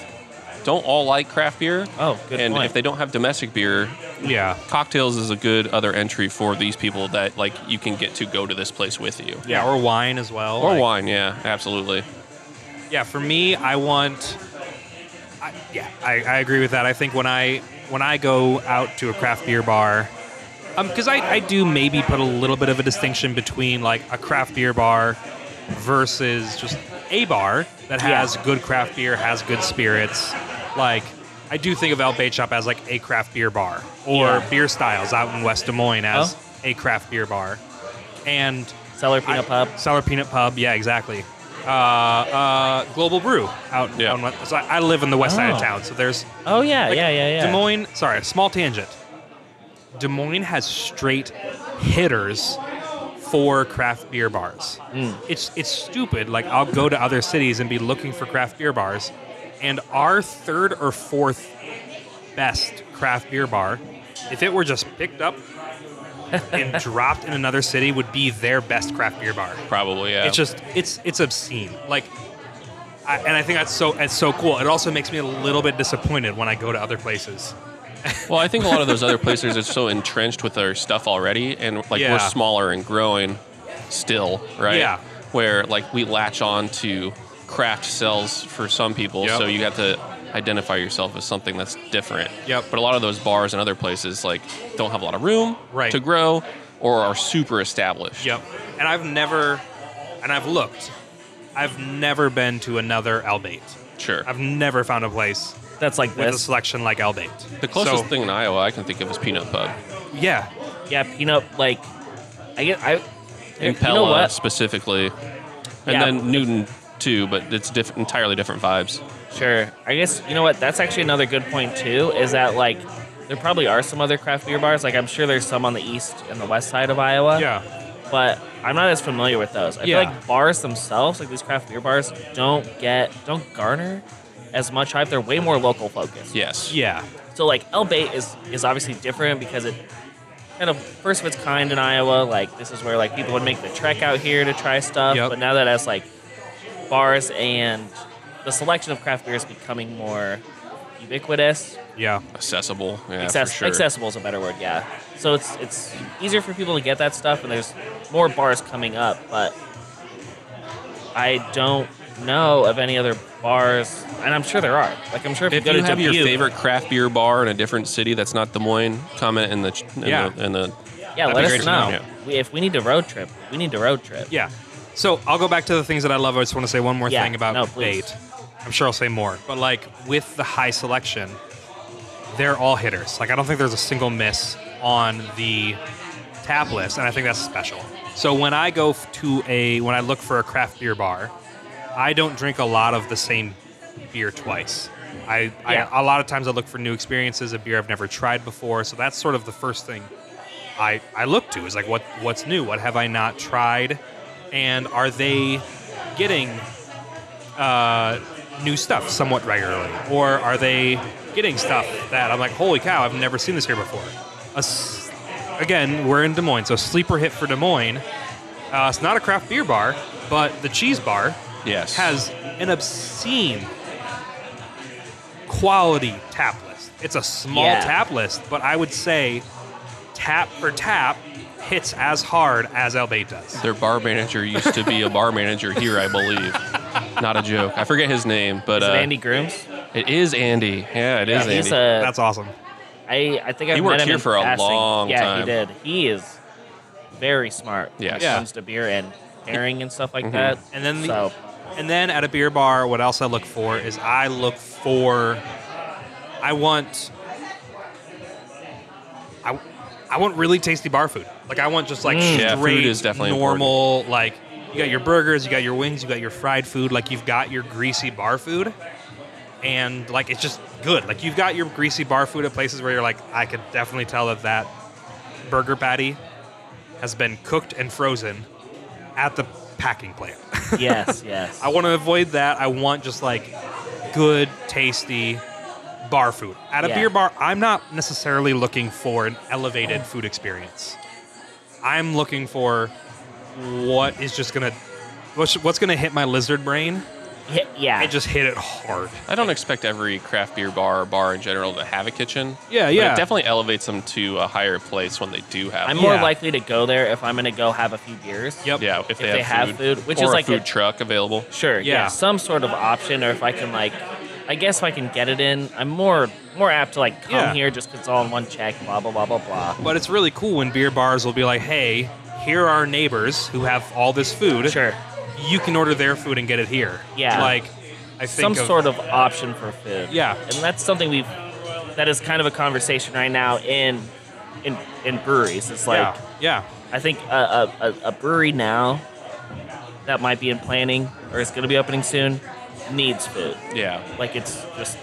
don't all like craft beer.
Oh, good
And
point.
if they don't have domestic beer,
Yeah.
cocktails is a good other entry for these people that like you can get to go to this place with you.
Yeah, or wine as well.
Or
like-
wine, yeah, absolutely.
Yeah, for me, I want. I, yeah, I, I agree with that. I think when I when I go out to a craft beer bar, because I, I do maybe put a little bit of a distinction between like a craft beer bar versus just a bar that
Yeah.
has good craft beer, has good spirits. Like I do think of El Bait Shop as like a craft beer bar, or
Yeah.
Beer Styles out in West Des Moines as
Oh.
a craft beer bar, and
Cellar peanut
I-
pub.
Sour Peanut Pub. Yeah, exactly. Uh, uh, Global Brew out.
Yeah.
On, so I I live in the west side
Oh.
of town, so there's
Oh yeah,
like,
yeah, yeah, yeah.
Des Moines. Sorry, small tangent. Des Moines has straight hitters for craft beer bars.
Hmm.
It's it's stupid. Like I'll go to other cities and be looking for craft beer bars, and our third or fourth best craft beer bar, if it were just picked up and dropped in another city would be their best craft beer bar.
Probably, yeah.
It's just it's it's obscene. Like, I, and I think that's so it's so cool. It also makes me a little bit disappointed when I go to other places.
well, I think a lot of those other places are so entrenched with their stuff already, and like
Yeah.
we're smaller and growing still, right?
Yeah.
Where like we latch on to craft cells for some people,
Yep.
so you have to identify yourself as something that's different.
Yep.
But a lot of those bars and other places like don't have a lot of room
Right.
to grow or are super established.
Yep. And I've never, and I've looked. I've never been to another Albate.
Sure.
I've never found a place
That's like
with a
this.
selection like Albate.
the closest
So,
thing in Iowa I can think of is Peanut Pub.
Yeah.
Yeah, peanut. Like, I get. I. you
In Pella
know what?
specifically. And
Yeah.
then Newton too, but it's diff- entirely different vibes.
Sure. I guess you know what. That's actually another good point too. Is that like there probably are some other craft beer bars. Like I'm sure there's some on the east and the west side of Iowa.
Yeah.
But I'm not as familiar with those. I
Yeah.
feel like bars themselves, like these craft beer bars, don't get don't garner as much hype. They're way more local focused.
Yes.
Yeah.
So like El Bait is is obviously different because it kind of first of its kind in Iowa. Like this is where like people would make the trek out here to try stuff.
Yep.
But now that as like bars and the selection of craft beer is becoming more ubiquitous,
Yeah.
accessible. Yeah, for
access-
sure.
accessible is a better word. Yeah. So it's it's easier for people to get that stuff, and there's more bars coming up. But I don't know of any other bars, and I'm sure there are. Like I'm sure if,
If
you go
you
to
have your
Dubuque-
favorite craft beer bar in a different city that's not Des Moines, comment in the ch- in
Yeah.
the, in the
Yeah,
That'd
let
be
us
great to
know.
know, yeah.
We, if we need to road trip, we need to road trip.
Yeah. So I'll go back to the things that I love. I just want to say one more
Yeah,
thing about
no, please.
bait. I'm sure I'll say more, but like with the high selection, they're all hitters. Like I don't think there's a single miss on the tap list, and I think that's special. So when I go f- to a when I look for a craft beer bar, I don't drink a lot of the same beer twice. I,
Yeah.
I a lot of times I look for new experiences, a beer I've never tried before. So that's sort of the first thing I, I look to is like what what's new, what have I not tried, and are they getting uh, new stuff somewhat regularly, or are they getting stuff that I'm like, holy cow, I've never seen this here before. A s- again, we're in Des Moines, so sleeper hit for Des Moines. Uh, it's not a craft beer bar, but the cheese bar
yes
has an obscene quality tap list. It's a small
Yeah.
tap list, but I would say tap for tap hits as hard as El Bait does.
their bar manager used to be a bar manager here, I believe. Not a joke. I forget his name, but
Is it
uh,
Andy Grooms?
It is Andy. Yeah, it is Andy.
He's a.
That's awesome.
I I think I've
He worked
met him
here
in
for a
passing.
long
yeah,
time.
he did. He is very smart when
Yes. Mm-hmm.
it
Yeah.
comes to beer and pairing and stuff like that.
And then the,
so
and then at a beer bar, what else I look for is I look for I want I I want really tasty bar food. Like I want just like straight
Mm. Yeah, food is definitely
normal like you got your burgers, you got your wings, you got your fried food, like you've got your greasy bar food and like it's just good. Like you've got your greasy bar food at places where you're like I could definitely tell that that burger patty has been cooked and frozen at the packing plant.
yes, yes.
I want to avoid that. I want just like good, tasty bar food. At a
Yeah.
beer bar, I'm not necessarily looking for an elevated food experience. I'm looking for what is just gonna what's, what's gonna hit my lizard brain
Ye- yeah.
and just hit it hard.
I don't expect every craft beer bar or bar in general to have a kitchen.
Yeah,
but
yeah.
it definitely elevates them to a higher place when they do have.
I'm
it.
more
Yeah.
likely to go there if I'm going to go have a few beers.
Yep.
yeah, if,
If they have food, which
or
is
a
like a-
food truck available.
Sure. Yeah.
Yeah.
Some sort of option, or if I can like, I guess if I can get it in, I'm more more apt to like come
Yeah.
here just 'cause it's all in one check. Blah blah blah blah blah.
But it's really cool when beer bars will be like, "Hey, here are neighbors who have all this food.
Sure.
You can order their food and get it here."
Yeah.
Like I think
some
of,
sort of option for food.
Yeah.
and that's something we've that is kind of a conversation right now in in in breweries. It's like
yeah, yeah.
I think a, a, a, a brewery now that might be in planning or is going to be opening soon needs food.
Yeah,
Like it's just,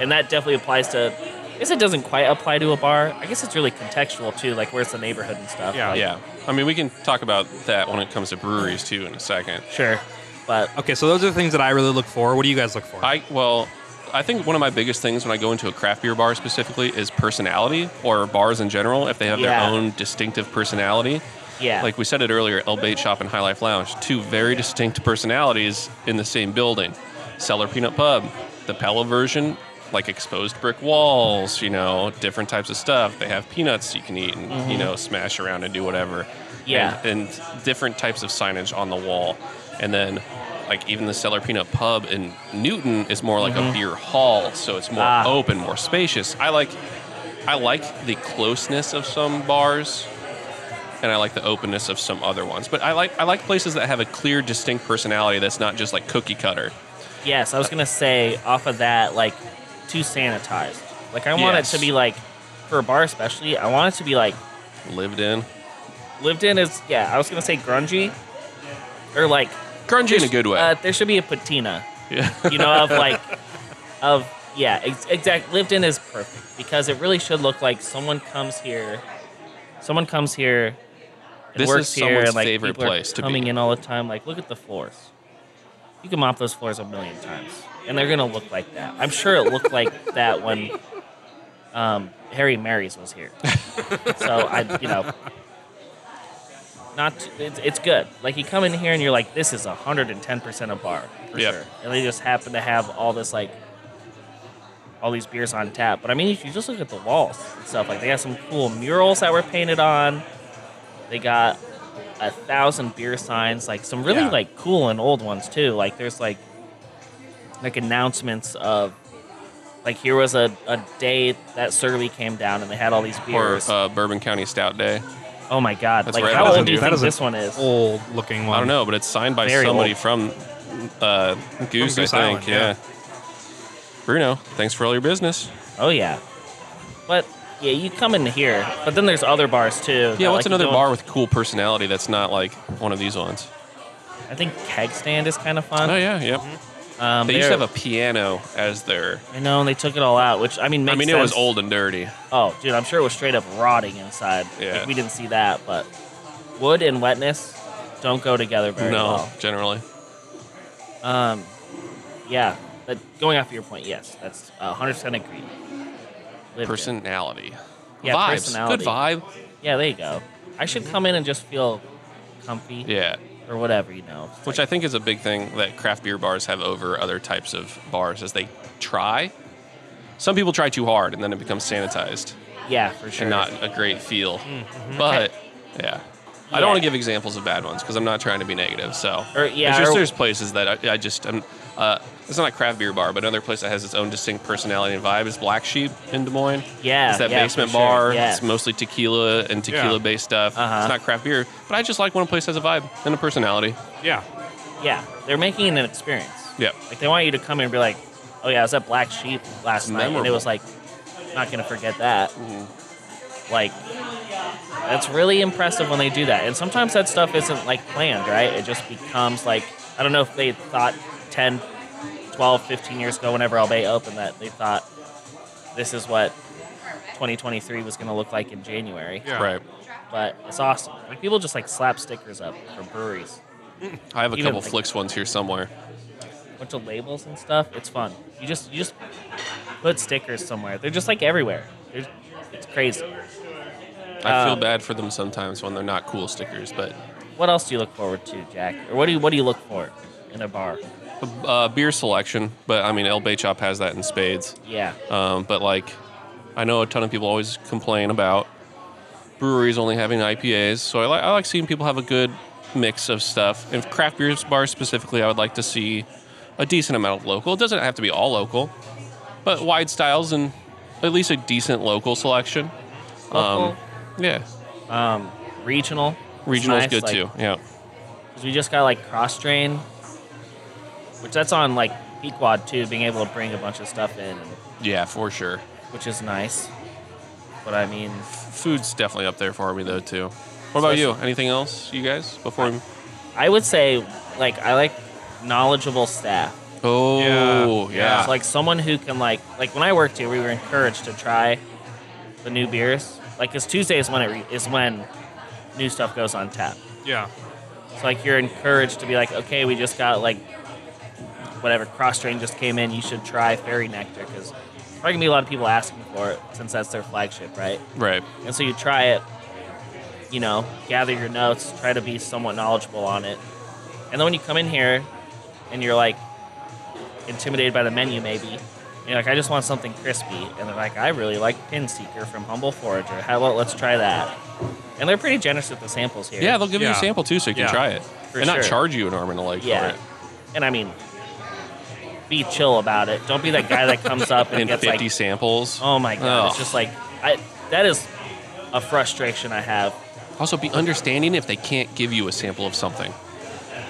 and that definitely applies to. I guess it doesn't quite apply to a bar. I guess it's really contextual too, like where's the neighborhood and stuff.
Yeah.
Like,
yeah. I mean, we can talk about that when it comes to breweries too in a second.
Sure, but
Okay, so those are the things that I really look for. What do you guys look for?
I well, I think one of my biggest things when I go into a craft beer bar specifically is personality or bars in general, if they have
Yeah.
their own distinctive personality.
Yeah.
Like we said it earlier, El Bait Shop and High Life Lounge, two very distinct personalities in the same building. Cellar Peanut Pub, the Pella version, like exposed brick walls, you know, different types of stuff. They have peanuts you can eat and, you know, smash around and do whatever.
Mm-hmm. Yeah.
And, and different types of signage on the wall. And then, like, even the Cellar Peanut Pub in Newton is more like a beer hall, so it's more
Mm-hmm. Ah.
open, more spacious. I like. I like the closeness of some bars and I like the openness of some other ones. But I like I like places that have a clear, distinct personality that's not just like cookie cutter.
Yes, I was gonna say off of that, like too sanitized. Like I want
Yes.
it to be like for a bar especially, I want it to be like
Lived in
lived in is yeah, I was gonna say grungy. Or like
grungy in a good way.
uh, there should be a patina.
yeah.
You know, of like of yeah, ex- exact lived in is perfect because it really should look like someone comes here someone comes here and
This is
works here
someone's
and like
favorite
people
place
are
to be.
coming in all the time. Like look at the floors. You can mop those floors a million times, and they're gonna look like that. I'm sure it looked like that when um, Harry Marys was here. so I, you know, not t- it's, it's good. Like you come in here and you're like, this is 110 percent a bar for
Yep.
sure, and they just happen to have all this like all these beers on tap. But I mean, if you just look at the walls and stuff, like they have some cool murals that were painted on. They got a thousand beer signs, like some really
Yeah.
like cool and old ones too. Like there's like like announcements of like here was a, a day that Surly came down and they had all these
Or
beers.
uh, Bourbon County Stout Day.
oh my god!
that's
Like
right,
how
that's
old do
a-
you
that
think
is a
this one is?
Old looking one.
I don't know, but it's signed by
Very
somebody
old.
from uh, Goose,
Goose
I think.
Island,
yeah.
yeah.
Bruno, thanks for all your business.
Oh yeah, but yeah, you come in here, but then there's other bars too.
Yeah,
that,
what's
like, you
another
don't-
bar with cool personality that's not like one of these ones?
I think Keg Stand is kind of fun.
Oh yeah, yep.
Um,
They used to
they're-
have a piano as their.
I know, and they took it all out, which I mean,
I
makes
mean, it was
sense.
old and dirty.
Oh, dude, I'm sure it was straight up rotting inside.
Yeah.
Like, we didn't see that, but wood and wetness don't go together very
no,
well.
generally.
Um, yeah, but going off your point, yes, that's uh, 100% agree. Lived in.
Personality.
Yeah,
Vibes.
personality.
Good vibe.
Yeah, there you go. I should come in and just feel comfy
Yeah.
or whatever, you know.
Which I think is a big thing that craft beer bars have over other types of bars is they try. Some people try too hard and then it becomes sanitized
Yeah, for sure. Mm, mm-hmm.
and not a great feel. But yeah. I
Yeah.
don't want to give examples of bad ones because I'm not trying to be negative. So
Or- yeah,
it's just
or-
there's places that I, I just I'm. Uh, it's not a craft beer bar, but another place that has its own distinct personality and vibe is Black Sheep in Des Moines.
Yeah,
it's that
yeah,
basement
for sure,
bar.
yeah.
It's mostly tequila and tequila-based stuff.
Uh-huh.
It's not craft beer, but I just like when a place has a vibe and a personality.
Yeah.
Yeah, they're making it an experience.
Yep.
Like they want you to come in and be like, "Oh yeah, I was at Black Sheep last night, and it
memorable.
was like, not gonna forget that." Like, that's really impressive when they do that. And sometimes that stuff isn't like planned, right? It just becomes like I don't know if they thought 10, 12, 15 years ago, whenever El Bay opened, that they thought this is what 2023 was gonna look like in January.
Yeah.
Right.
But it's awesome. Like people just like slap stickers up from breweries,
I have a
Even,
couple
like-
flicks ones here somewhere.
bunch of labels and stuff. It's fun. You just you just put stickers somewhere. They're just like everywhere. There's, it's crazy.
I
Um,
feel bad for them sometimes when they're not cool stickers, but
What else do you look forward to, Jack? Or what do you what do you look for in a bar?
uh, beer selection. But I mean, El Bay Chop has that in spades.
Yeah.
Um, but like, I know a ton of people always complain about breweries only having IPAs. So I, li- I like seeing people have a good mix of stuff. And craft beer bars specifically, I would like to see a decent amount of local. It doesn't have to be all local, but wide styles and at least a decent local selection.
Local,
Yeah,
um, regional. It's
regional's
nice,
good
like,
too. Yeah,
'cause we just got like cross train, which that's on like Pequod too, being able to bring a bunch of stuff in,
yeah, for sure.
which is nice. But I mean,
Food's definitely up there for me though too. What about you? Anything else, you guys? Before we...
I would say like I like knowledgeable staff.
oh
Yeah.
yeah,
So like someone who can like like when I worked here, we were encouraged to try the new beers. Like, cause Tuesday is when it re- is when new stuff goes on tap.
Yeah.
So like you're encouraged to be like, okay, we just got like whatever cross strain just came in, you should try Fairy Nectar because there's going to be a lot of people asking for it since that's their flagship, right?
Right.
And so you try it, you know, gather your notes, try to be somewhat knowledgeable on it. And then when you come in here and you're like intimidated by the menu, maybe, and you're like, I just want something crispy. And they're like, I really like Pin Seeker from Humble Forager. How about let's try that? And they're pretty generous with the samples here.
Yeah, they'll give you
Yeah.
a sample too, so you can
Yeah.
try it,
For
and not
sure.
charge you an arm and a leg
Yeah.
for it.
And I mean, be chill about it. Don't be that guy that comes up and
And
gets
50
like,
samples.
oh my God. It's
Ugh.
just like, I, that is a frustration I have.
Also, be understanding if they can't give you a sample of something.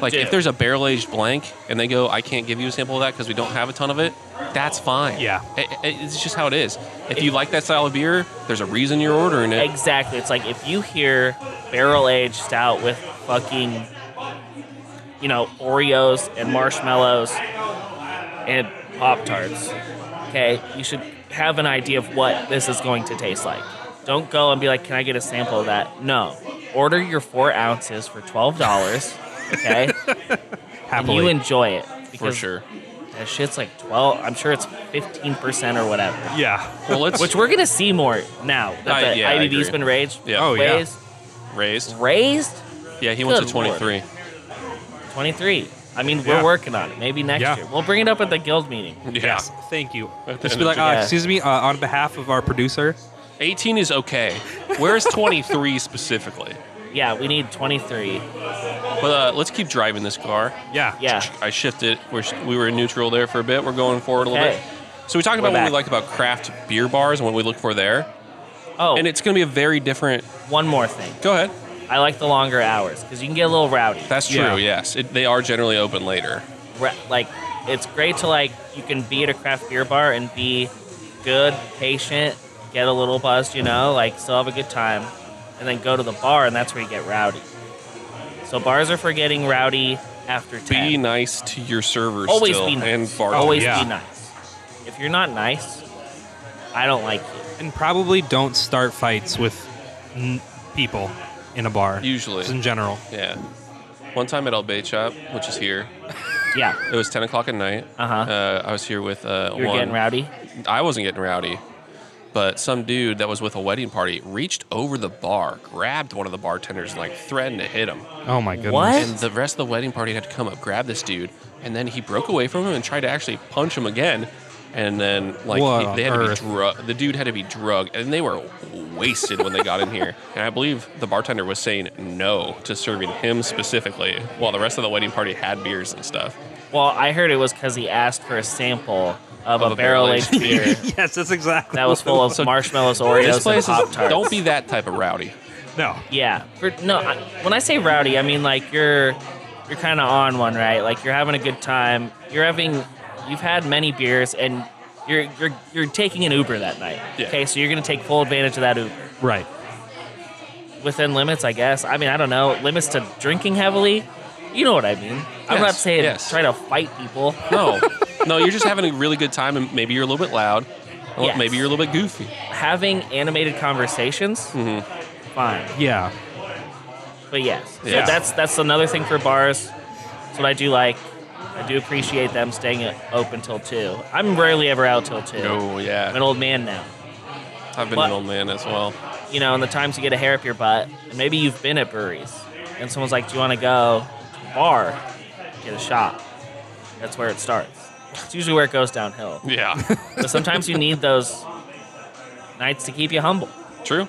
Like
Dude.
if there's a barrel aged blank and they go, I can't give you a sample of that because we don't have a ton of it. That's fine.
Yeah.
I- I- it's just how it is. If you like that style of beer, there's a reason you're ordering it.
Exactly. It's like if you hear barrel aged stout with fucking, you know, Oreos and marshmallows and Pop Tarts, okay, you should have an idea of what this is going to taste like. Don't go and be like, can I get a sample of that? No. Order your four ounces for $12, okay? and
Happily.
you enjoy it.
For
because
sure.
That shit's like 12, I'm sure it's 15% or whatever.
yeah.
Well, let's
Which we're going to see more now that
I-
the
yeah, I
IBB's
agree.
been raised.
Yeah.
Oh, yeah.
raised-
raised.
raised
Yeah, he went to
Good lord.
23.
23. I mean, we're
Yeah.
working on it. Maybe next
Yeah.
year. We'll bring it up at the guild meeting.
Yeah.
Yes. Thank you.
At the
Just
end
be
of
like,
the
uh,
day.
excuse me, uh, on behalf of our producer.
18 is okay. Where's 23 specifically?
Yeah, we need 23.
But uh, let's keep driving this car.
Yeah.
Yeah.
I shifted. We're, we were in neutral there for a bit. We're going forward a little
Okay.
bit. So we talked
We're
about what we
back.
liked about craft beer bars and what we look for there.
Oh,
And it's going to be a very different.
one more thing.
Go ahead.
I like the longer hours because you can get a little rowdy.
That's true.
Yeah.
Yes, it, they are generally open later.
Ra- like, it's great to like you can be at a craft beer bar and be good, patient, get a little buzzed, you know, like still have a good time, and then go to the bar and that's where you get rowdy. So bars are for getting rowdy after 10.
Be nice to your servers.
Always
still
be nice.
And bar.
Always
yeah.
be nice. If you're not nice, I don't like you.
And probably don't start fights with n- people in a bar.
Usually.
Just in general.
Yeah. One time at El Bait Shop, which is here,
Yeah.
it was 10 o'clock at night.
Uh-huh.
Uh, I was here with uh,
You're
one.
getting rowdy.
I wasn't getting rowdy, but some dude that was with a wedding party reached over the bar, grabbed one of the bartenders, and like threatened to hit him.
Oh my goodness.
What?
And the rest of the wedding party had to come up, grab this dude, and then he broke away from him and tried to actually punch him again. And then like
What
he- they had
on
to
earth?
be drug. The dude had to be drugged, and they were wasted when they got in here. And I believe the bartender was saying no to serving him specifically, while the rest of the wedding party had beers and stuff.
Well, I heard it was because he asked for a sample of,
Of
a
a barrel
barrel aged beer
yes, that's exactly.
that was
what
full
it
of marshmallows, Oreos,
this place
and
is
Pop Tarts.
don't be that type of rowdy.
was. No.
Yeah. For, no, I, when I say rowdy, I mean like you're you're kind of on one, right? Like you're having a good time. You're having you've had many beers and you're you're you're taking an Uber that night.
Yeah.
Okay, so you're gonna take full advantage of that Uber.
Right.
within limits, I guess. I mean, I don't know. Limits to drinking heavily. You know what I mean. I'm not
Yes,
saying
yes.
try to fight people.
No, no, you're just having a really good time, and maybe you're a little bit loud, or
Yes.
maybe you're a little bit goofy.
Having animated conversations, fine.
Yeah.
But yes, so
Mm-hmm. Yeah.
that's that's another thing for bars. That's what I do like. I do appreciate them staying open till two. I'm rarely ever out till two.
Oh
I'm an
yeah,
old man now.
I've been
but-
an old man as well.
you know, and the times you get a hair up your butt, and maybe you've been at breweries, and someone's like, "Do you want to go to a bar, get a shot?" That's where it starts. It's usually where it goes downhill.
Yeah,
But sometimes you need those nights to keep you humble
true.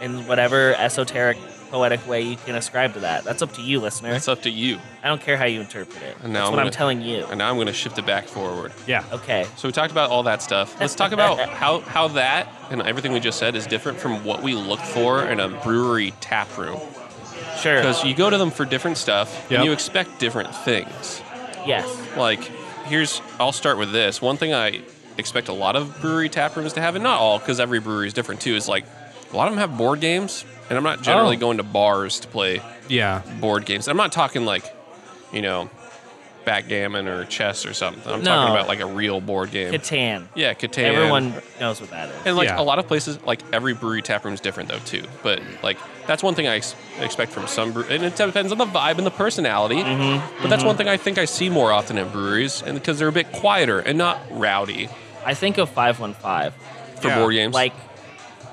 in whatever esoteric, poetic way you can ascribe to that. That's up to you, listener.
It's up to you.
I don't care how you interpret it.
And now
That's
I'm
what I'm
gonna-
telling you.
And now I'm going to shift it back forward.
Yeah.
Okay.
So we talked about all that stuff. Let's talk about how, how that and everything we just said is different from what we look for in a brewery tap room.
Sure.
Because you go to them for different stuff
Yep.
and you expect different things.
Yes.
Like, here's, I'll start with this. One thing I expect a lot of brewery tap rooms to have, and not all, because every brewery is different too, is like a lot of them have board games, and I'm not generally
Oh.
going to bars to play
Yeah.
board games. I'm not talking like, you know, backgammon or chess or something. I'm
No.
talking about like a real board game.
Catan.
yeah, Catan.
Everyone knows what that is.
And like
Yeah.
a lot of places, like every brewery tap room is different though too. But like that's one thing I ex- expect from some, bre- and it depends on the vibe and the personality.
Mm-hmm,
But that's one thing I think I see more often in breweries, and because they're a bit quieter and not rowdy
I think of 515.
for
Yeah.
board games.
Like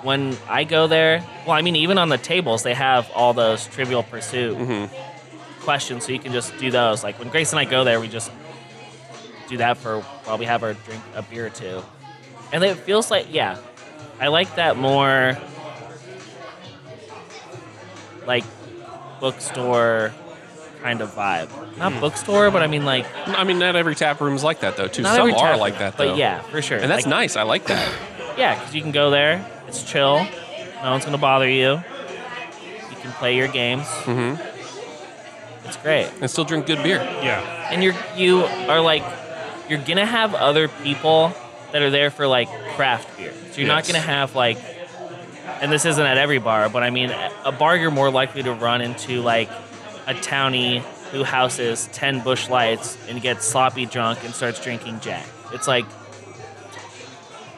when I go there, well, I mean, even on the tables, they have all those Trivial Pursuit
Mm-hmm.
questions, so you can just do those. Like when Grace and I go there, we just do that for while we have our drink, a beer or two, and it feels like yeah, I like that more. Like bookstore kind of vibe, not
Mm-hmm.
bookstore, but I mean like
I mean, not every tap room is like that though too.
not
some
every
are
tavern,
like that though.
but yeah, for sure.
and that's
Like,
nice. I like that.
yeah, because you can go there. It's chill. No one's gonna bother you. You can play your games. Mm-hmm. It's great,
And still drink good beer.
Yeah.
and you're you are like you're gonna have other people that are there for like craft beer. So you're not
Yes.
gonna have like, and this isn't at every bar, but I mean, a bar you're more likely to run into like a townie who houses ten bush lights and gets sloppy drunk and starts drinking Jack. It's like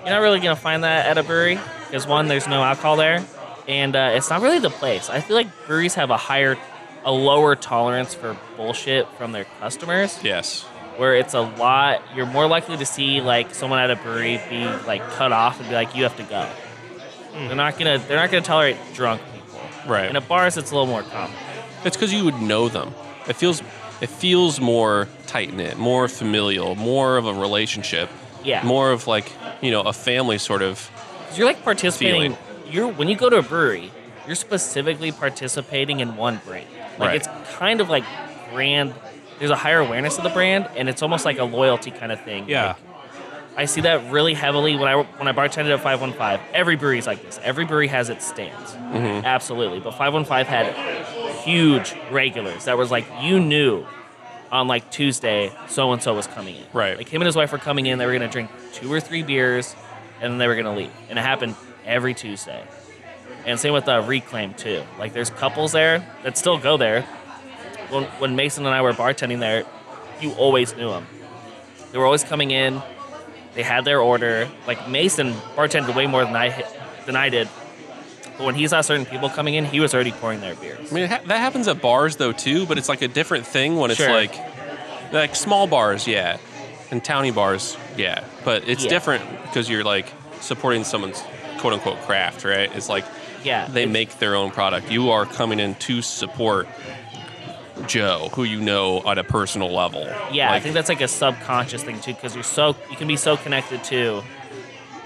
you're not really gonna find that at a brewery because one, there's no alcohol there, and uh, it's not really the place. I feel like breweries have a higher, a lower tolerance for bullshit from their customers,
Yes.
where it's a lot. You're more likely to see like someone at a brewery be like cut off and be like, "You have to go." They're not gonna. They're not gonna tolerate drunk people.
Right.
And at bars, it's a little more common.
It's because you would know them. It feels it feels more tight knit, more familial, more of a relationship.
Yeah.
More of like you know a family sort of.
'Cause you're like participating.
Feeling.
You're when you go to a brewery, you're specifically participating in one brand. Like
Right.
it's kind of like brand. There's a higher awareness of the brand, and it's almost like a loyalty kind of thing.
Yeah.
Like, I see that really heavily when I when I bartended at Five One Five. Every brewery's like this. Every brewery has its stands. Absolutely, but Five One Five had huge regulars that was like you knew on like Tuesday, so and so was coming in.
Right.
Like him and his wife were coming in. They were gonna drink two or three beers, and then they were gonna leave. And it happened every Tuesday. And same with uh, Reclaim too. Like there's couples there that still go there. When, when Mason and I were bartending there, you always knew them. They were always coming in. They had their order. Like Mason bartended way more than I than I did. But when he saw certain people coming in, he was already pouring their beers.
I mean, it ha- that happens at bars though too, but it's like a different thing when it's
Sure.
like like small bars, yeah, and towny bars, yeah. But it's
Yeah.
different because you're like supporting someone's quote unquote craft, right? It's like
Yeah.
they make their own product. You are coming in to support Joe, who you know on a personal level.
Yeah, I
Like,
think that's like a subconscious thing too, because you're so you can be so connected to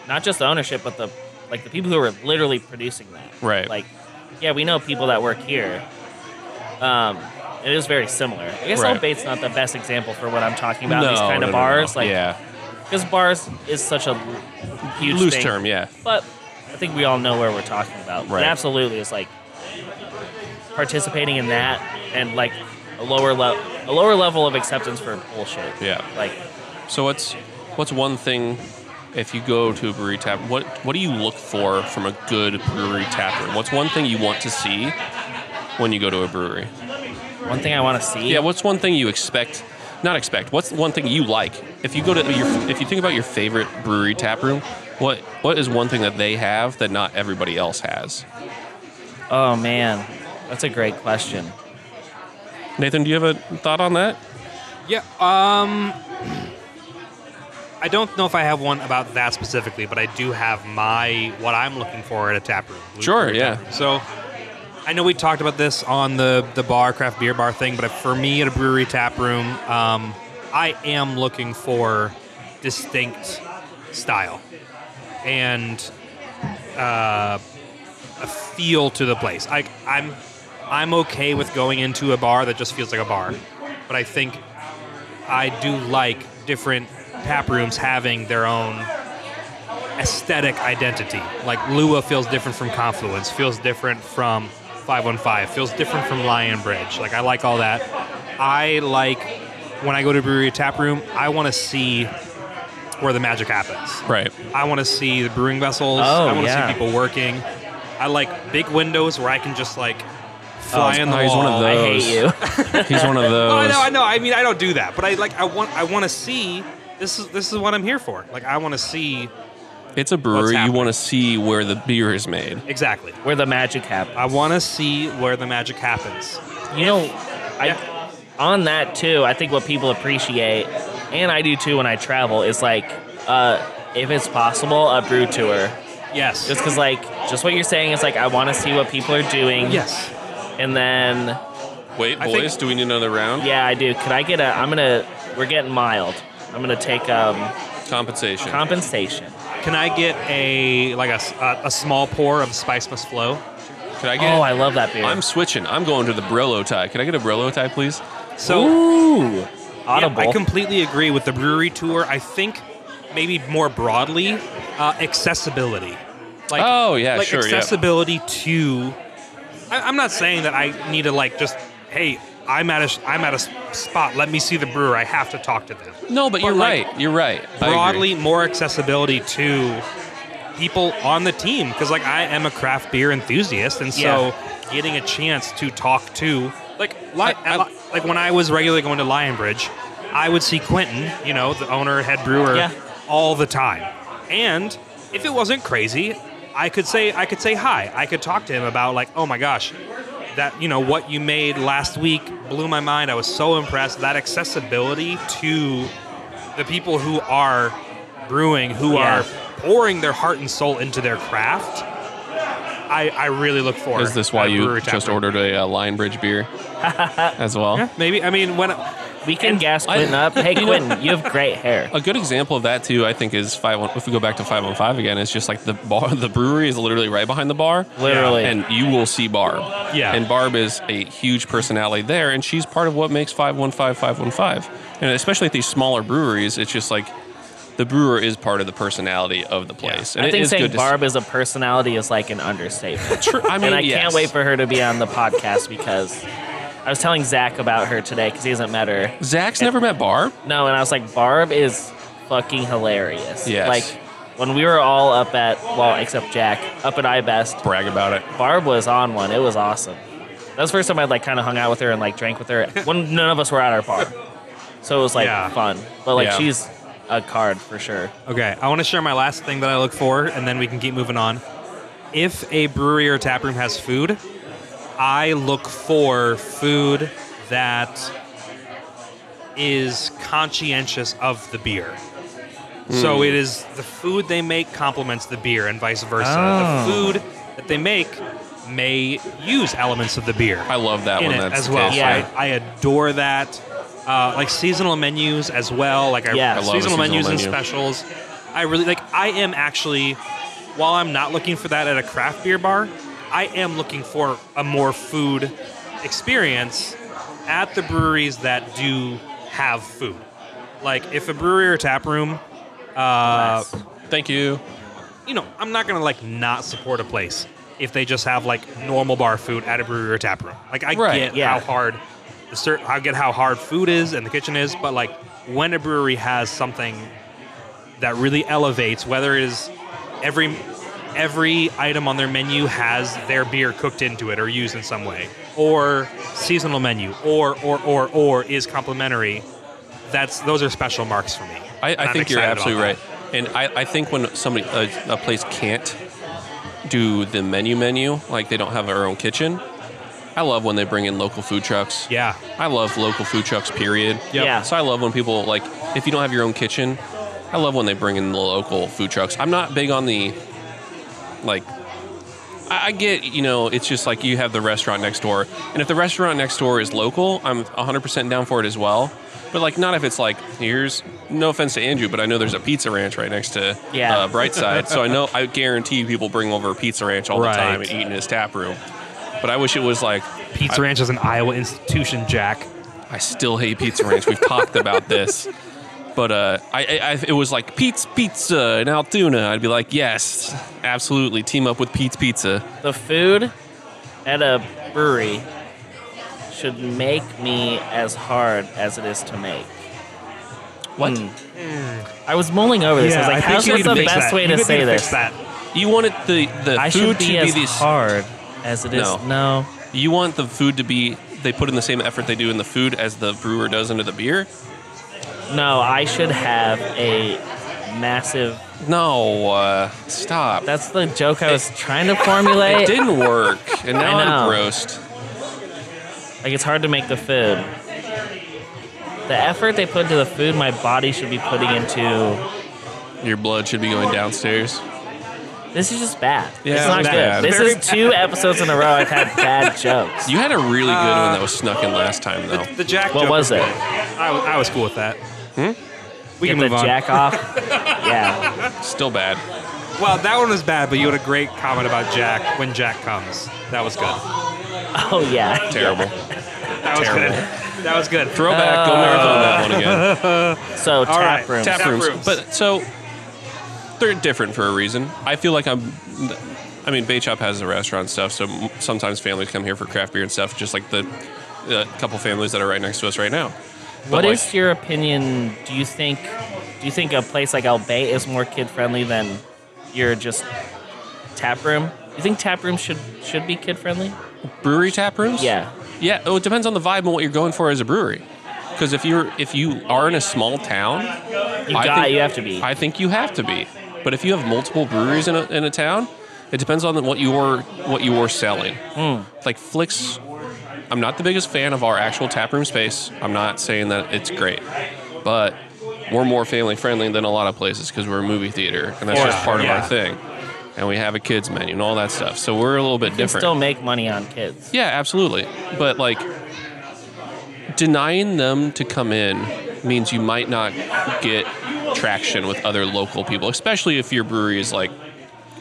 not just the ownership, but the like the people who are literally producing that.
Right.
Like, yeah, we know people that work here. Um, it is very similar. I guess
Right.
Old Bait's not the best example for what I'm talking about.
no,
these kind
no,
of
no,
bars,
no.
like
yeah,
because bars is such a huge
loose
thing,
term, yeah.
But I think we all know where we're talking about. But
Right.
absolutely, it's like participating in that and like a lower level, a lower level of acceptance for bullshit.
Yeah.
Like
So what's what's one thing if you go to a brewery tap? What what do you look for from a good brewery tap room? What's one thing you want to see when you go to a brewery?
one thing I want to see.
Yeah. What's one thing you expect? Not expect. What's one thing you like? If you go to your if you think about your favorite brewery tap room, what what is one thing that they have that not everybody else has?
Oh man, that's a great question.
Nathan, do you have a thought on that?
Yeah. Um, I don't know if I have one about that specifically, but I do have my what I'm looking for at a tap room. Blue
Sure,
Crew
yeah.
tap room. So I know we talked about this on the the bar craft beer bar thing, but for me at a brewery tap room, um, I am looking for distinct style and uh, a feel to the place. I, I'm I'm okay with going into a bar that just feels like a bar, but I think I do like different tap rooms having their own aesthetic identity. Like Lua feels different from Confluence, feels different from 515, feels different from Lion Bridge. Like I like all that. I like when I go to brewery tap room, I want to see where the magic happens.
Right.
I want to see the brewing vessels.
Oh,
I want to
yeah.
see people working. I like big windows where I can just like fly in the
oh, he's one of
wall.
I hate
Those.
you.
He's one of those.
No, Oh, I know, I know. I mean, I don't do that, but I like. I want. I want to see. This is this is what I'm here for. Like, I want to see
It's a brewery. You
happening?
want to see where the beer is made.
exactly.
Where the magic happens.
I want to see where the magic happens.
You know, I on that too. I think what people appreciate, and I do too when I travel, is like uh, if it's possible, a brew tour.
Yes.
Just because, like, just what you're saying is like I want to see what people are doing.
yes.
And then,
Wait,
I
boys,
think-
do we need another round?
yeah, I do. Could I get a? I'm gonna. We're getting mild. I'm gonna take um
Compensation.
compensation.
Can I get a like a, s- a- a small pour of Spice Must Flow?
Can I get?
Oh, I love that beer.
I'm switching. I'm going to the Brello tie. Can I get a Brello tie, please?
So
Ooh,
yeah,
audible.
I completely agree with the brewery tour. I think maybe more broadly, uh, accessibility. Like
Oh, yeah,
like
sure, yeah.
Accessibility to. I, I'm not saying that I need to like just hey. I'm at a sh- I'm at a s- spot. Let me see the brewer. I have to talk to them.
No, but, you're
like,
right. You're right. I agree.
broadly more accessibility to people on the team because like i am a craft beer enthusiast and so getting a chance to talk to like li-
I- I-
like when i was regularly going to lionbridge i would see quentin you know the owner head brewer
Yeah.
all the time and if it wasn't crazy i could say i could say hi i could talk to him about like oh my gosh that you know what you made last week blew my mind i was so impressed that accessibility to the people who are brewing, who
Yeah.
are pouring their heart and soul into their craft, I, I really look forward.
Is this why you
brewery tap
just
room.
ordered a uh, Lionbridge beer as well?
Yeah, maybe. I mean, when
we can gas Quentin up. Hey, Quentin, you have great hair.
A good example of that too, I think, is five. If we go back to five on five again, it's just like the bar. The brewery is literally right behind the bar.
Literally.
and you will see Barb.
Yeah.
and Barb is a huge personality there, and she's part of what makes 515 515. And especially at these smaller breweries, it's just like the brewer is part of the personality of the place. And
I
it
think
is
saying
good to see-
Barb is a personality is like an understatement.
True. I mean,
and I
yes.
can't wait for her to be on the podcast because I was telling Zach about her today because he hasn't met her.
Zach's never met Barb.
No, and I was like, Barb is fucking hilarious.
Yes.
Like when we were all up at well, except Jack, up at iBest,
Brag about it.
Barb was on one. It was awesome. That was the first time I'd like kind of hung out with her and like drank with her when none of us were at our bar. So it was like
Yeah.
fun. But like
Yeah.
she's a card for sure.
okay, I want to share my last thing that I look for, and then we can keep moving on. If a brewery or tap room has food, I look for food that is conscientious of the beer. So it is the food they make complements the beer and vice versa. The
Oh.
food that they make may use elements of the beer
I love that
in
one.
it
That's
as
the
well.
case,
Yeah.
I, I adore that. Uh, like seasonal menus as well. Like I,
Yeah. I love a
seasonal,
seasonal
menus and
menu.
specials. I really like. I am actually, while I'm not looking for that at a craft beer bar, I am looking for a more food experience at the breweries that do have food. Like if a brewery or tap room, uh,
Yes.
Thank you.
you know, I'm not gonna like not support a place if they just have like normal bar food at a brewery or tap room. Like I
Right,
get
yeah.
how hard the cert- I get how hard food is and the kitchen is, but like when a brewery has something that really elevates, whether it is every every item on their menu has their beer cooked into it or used in some way, or seasonal menu, or or or or is complimentary. That's those are special marks for me.
I,
And
I
I'm
think you're
excited about
absolutely
that.
right. And I, I think when somebody a, a place can't do the menu menu, like they don't have their own kitchen, I love when they bring in local food trucks.
Yeah.
I love local food trucks. Period.
Yep.
Yeah.
So I love when people like if you don't have your own kitchen, I love when they bring in the local food trucks. I'm not big on the like. I I get, you know, it's just like you have the restaurant next door. And if the restaurant next door is local, I'm 100% down for it as well. But like, not if it's like, here's no offense to Andrew, but I know there's a pizza ranch right next to
Yeah.
uh, Brightside. so I know, I guarantee people bring over a pizza ranch all
Right.
the time and eat in his tap room. But I wish it was like,
Pizza Ranch is an Iowa institution, Jack.
I still hate Pizza Ranch. We've talked about this. But uh, I, I, I, it was like Pete's Pizza in Altoona. I'd be like, yes, absolutely. Team up with Pete's Pizza.
The food at a brewery should make me as hard as it is to make.
What?
Hmm. I was mulling over this. I was like, how's this the best way to say this?
You wanted the, the
I should
food
be
to
as
be this.
hard as it is.
No.
No.
you want the food to be they put in the same effort they do in the food as the brewer does into the beer.
No, I should have a massive.
No, uh, stop. That
That's the joke I was trying to formulate.
didn't work, and now
I know.
I'm grossed.
Like it's hard to make the food. The effort they put into the food, my body should be putting into.
Your blood should be going downstairs.
This is just bad.
Yeah,
it's not
it's
good.
bad.
This
Very
is two episodes in a row I've had bad jokes.
You had a really good
Uh,
one that was snuck in last time, though.
The Jack.
What
joke
was
good.
it?
I, wa- I was cool with that. We
Hmm? Get
can
the
move on.
jack off. yeah.
Still bad.
Well, that one was bad, but you had a great comment about Jack when Jack comes. That was good.
Oh yeah.
Terrible.
That was
Terrible.
good. That was good.
Throwback.
Uh,
Go marathon that one again.
So
All right,
tap room.
Tap,
Tap
rooms.
rooms.
But so they're different for a reason. I feel like I'm. I mean, Bay Chop has the restaurant stuff, so m- sometimes families come here for craft beer and stuff, just like the uh, couple families that are right next to us right now. But
What
like,
is your opinion? Do you think do you think a place like El Bay is more kid friendly than your just tap room? You think tap rooms should should be kid friendly?
brewery tap rooms?
Yeah.
Yeah. Oh, it depends on the vibe and what you're going for as a brewery. Because if you're if you are in a small town,
You
I
got
think-
you have to be.
I think you have to be. But if you have multiple breweries in a, in a town, it depends on what you're what you're selling.
Hmm.
Like Flicks, I'm not the biggest fan of our actual taproom space. I'm not saying that it's great, but we're more family friendly than a lot of places because we're a movie theater, and that's
Yeah,
just part of our
yeah.
thing. And we have a kids menu and all that stuff, so we're a little bit
you can
different.
still make money on kids.
Yeah, absolutely. But like denying them to come in means you might not get traction with other local people, especially if your brewery is like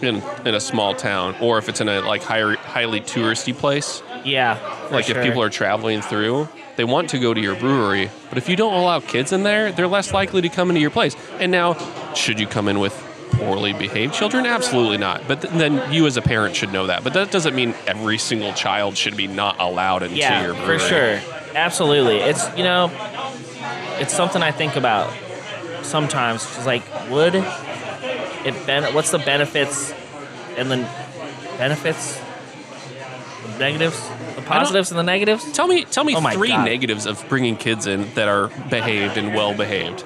in in a small town or if it's in a like higher, highly touristy place.
Yeah. for
like
sure.
if people are traveling through, they want to go to your brewery, but if you don't allow kids in there, they're less likely to come into your place. And now, should you come in with poorly behaved children? Absolutely not. But th- then you as a parent should know that. But that doesn't mean every single child should be not allowed into
yeah,
your brewery.
for sure, absolutely. It's you know, it's something I think about sometimes. It's like, would it ben- What's the benefits and the benefits, the negatives, the positives and the negatives?
Tell me, tell me
Oh my
three
God.
negatives of bringing kids in that are behaved and well behaved.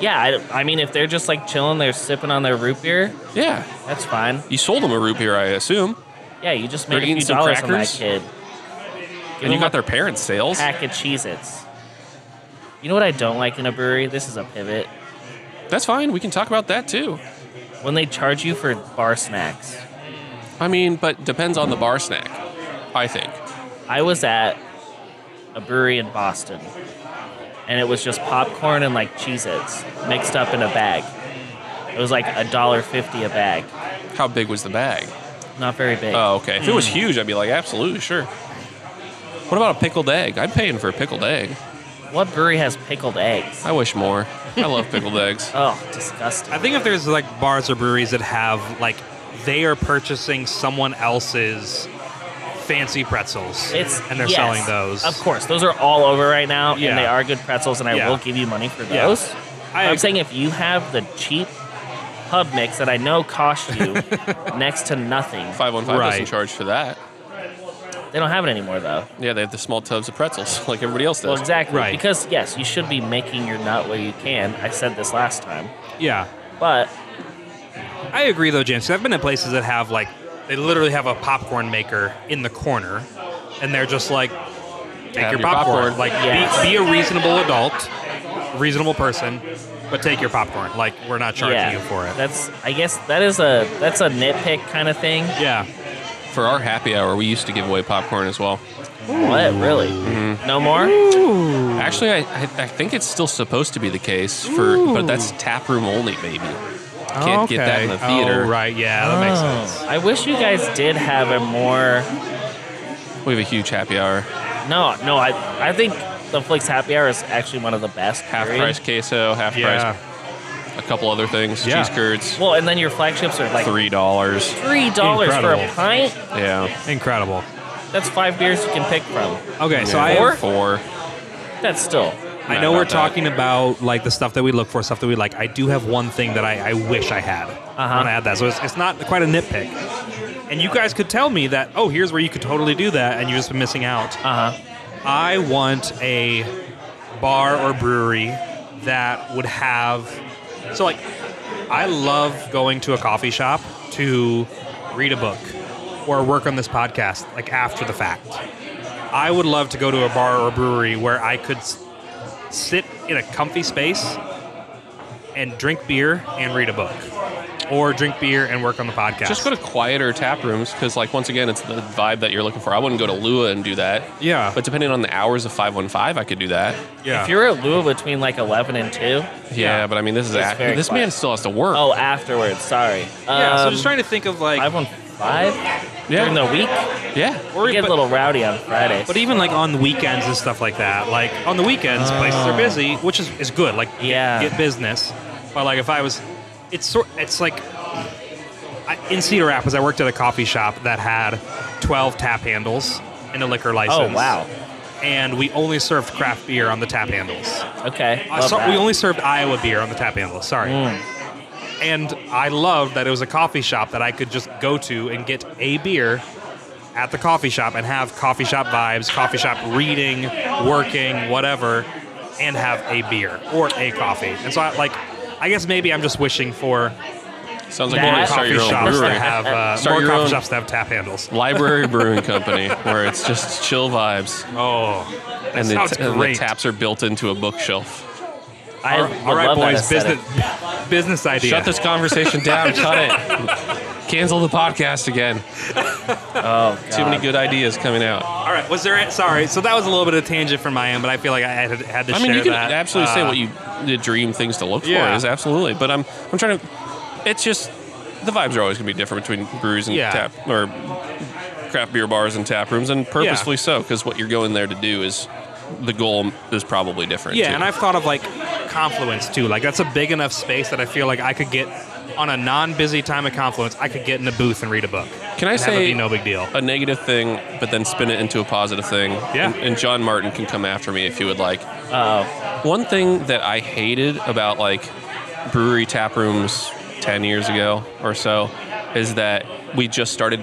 Yeah, I, I mean, if they're just like chilling, they're sipping on their root beer,
Yeah,
that's fine.
you sold them a root beer, I assume,
Yeah, you just
They're
made a
eating
few
some
dollars on that
crackers?
kid.
and you
them
got their parents' sales.
Pack of Cheez-Its. You know what I don't like in a brewery? This is a pivot.
That's fine. We can talk about that too.
When they charge you for bar snacks.
I mean, but depends on the bar snack. I think.
I was at a brewery in Boston, and it was just popcorn and like Cheez-Its mixed up in a bag. It was like a dollar fifty a bag,
How big was the bag?
not very big.
Oh, okay. If it was huge, I'd be like, absolutely, sure. What about a pickled egg? I'm paying for a pickled egg.
What brewery has pickled eggs?
I wish more. I love pickled eggs.
Oh, disgusting.
I think if there's like bars or breweries that have like they are purchasing someone else's fancy pretzels
It's
and they're
yes,
selling those.
Of course, those are all over right now,
Yeah.
and they are good pretzels, and I
Yeah.
will give you money for
Yeah.
those.
I
I, am
agree.
saying if you have the cheap pub mix that I know cost you next to nothing,
515 doesn't
Right.
charge for that.
they don't have it anymore though.
Yeah, they have the small tubs of pretzels like everybody else does.
Well, exactly.
Right.
Because yes, you should be making your nut where you can. I said this last time,
Yeah.
but
I agree though, James. 'cause I've been in places that have like they literally have a popcorn maker in the corner, and they're just like, take
Have
your
your
popcorn.
popcorn.
Like,
Yes.
be, be a reasonable adult, reasonable person, but take your popcorn. Like, we're not charging
yeah,
you for it.
that's. I guess that is a that's a nitpick kind of thing.
yeah.
For our happy hour, we used to give away popcorn as well.
What really?
Mm-hmm.
No more.
Actually, I, I, I think it's still supposed to be the case for, but that's tap room only, baby. Can't get that in the
Oh,
theater.
right? Yeah, that makes
Oh.
sense.
I wish you guys did have a more.
We have a huge happy hour.
No, no. I I think the Flix Happy Hour is actually one of the best.
Half
period.
price queso, half
Yeah.
price, a couple other things,
Yeah.
cheese curds,
Well, and then your flagships are like
three dollars.
three dollars for a
Incredible.
pint.
Yeah,
Incredible.
That's five beers you can pick from.
Okay, so I
Yeah.
Or-
four.
That's still.
I know we're
about that.
talking about like the stuff that we look for, stuff that we like. I do have one thing that I, I wish I had. I want to add that. So it's, it's not quite a nitpick. And you guys could tell me that, oh, here's where you could totally do that, and you've just been missing out.
Uh huh.
I want a bar or brewery that would have. So, like, I love going to a coffee shop to read a book or work on this podcast, like, after the fact. I would love to go to a bar or brewery where I could s- sit in a comfy space and drink beer and read a book or drink beer and work on the podcast.
Just go to quieter tap rooms because, like, once again, it's the vibe that you're looking for. I wouldn't go to Lua and do that.
Yeah.
But depending on the hours of 515, I could do that.
yeah.
If you're at Lua between like 11 and 2,
Yeah, but I mean, this is
It's
act-
very
this
quiet.
man still has to work.
oh, afterwards, sorry.
Yeah, so
Um,
just trying to think of like,
515
Yeah.
during the week?
yeah.
or,
We get
but,
a little rowdy on Fridays.
but even like on the weekends and stuff like that. Like on the weekends, places are busy, which is, is good. Like get-
Oh. Yeah.
get, business. But like if I was, it's sort, it's like I, in Cedar Rapids, I worked at a coffee shop that had twelve tap handles and a liquor license.
oh, wow.
And we only served craft beer on the tap handles.
Okay.
I
love
saw-
that.
we only served Iowa beer on the tap handle. Sorry.
Mm.
And I loved that it was a coffee shop that I could just go to and get a beer at the coffee shop and have coffee shop vibes, coffee shop reading, working, whatever, and have a beer or a coffee. And so, I, like, I guess maybe I'm just wishing for
Sounds like
That
you
more
want to start
coffee
your own
shops
brewery.
that have uh,
Start
more
your
coffee
own-
shops that have tap handles.
Library Brewing Company, where it's just chill vibes.
Oh, that
and, the,
sounds
t- and the
great.
taps are built into a bookshelf.
I
All-
would
all right,
love that
boys,
aesthetic.
business business idea.
Shut this conversation down. cut it. Cancel the podcast again.
Oh,
Too many
God.
good ideas coming out.
All right. Was there? a- Sorry. So that was a little bit of a tangent from my end, but I feel like I had, had to
I
share
mean, you can
that.
absolutely say
Uh,
what you the dream things to look for
yeah.
is absolutely, but I'm I'm trying to. It's just the vibes are always going to be different between breweries and
Yeah.
tap or craft beer bars and tap rooms, and purposefully so because what you're going there to do is the goal is probably different.
Yeah,
too.
and I've thought of like Confluence too. Like that's a big enough space that I feel like I could get on a non-busy time at Confluence. I could get in a booth and read a book.
Can I
and that would
say-
be no big deal?
a negative thing, but then spin it into a positive thing.
Yeah.
And, and John Martin can come after me if you would like.
Oh,
One thing that I hated about like brewery tap rooms 10 years ago or so is that we just started,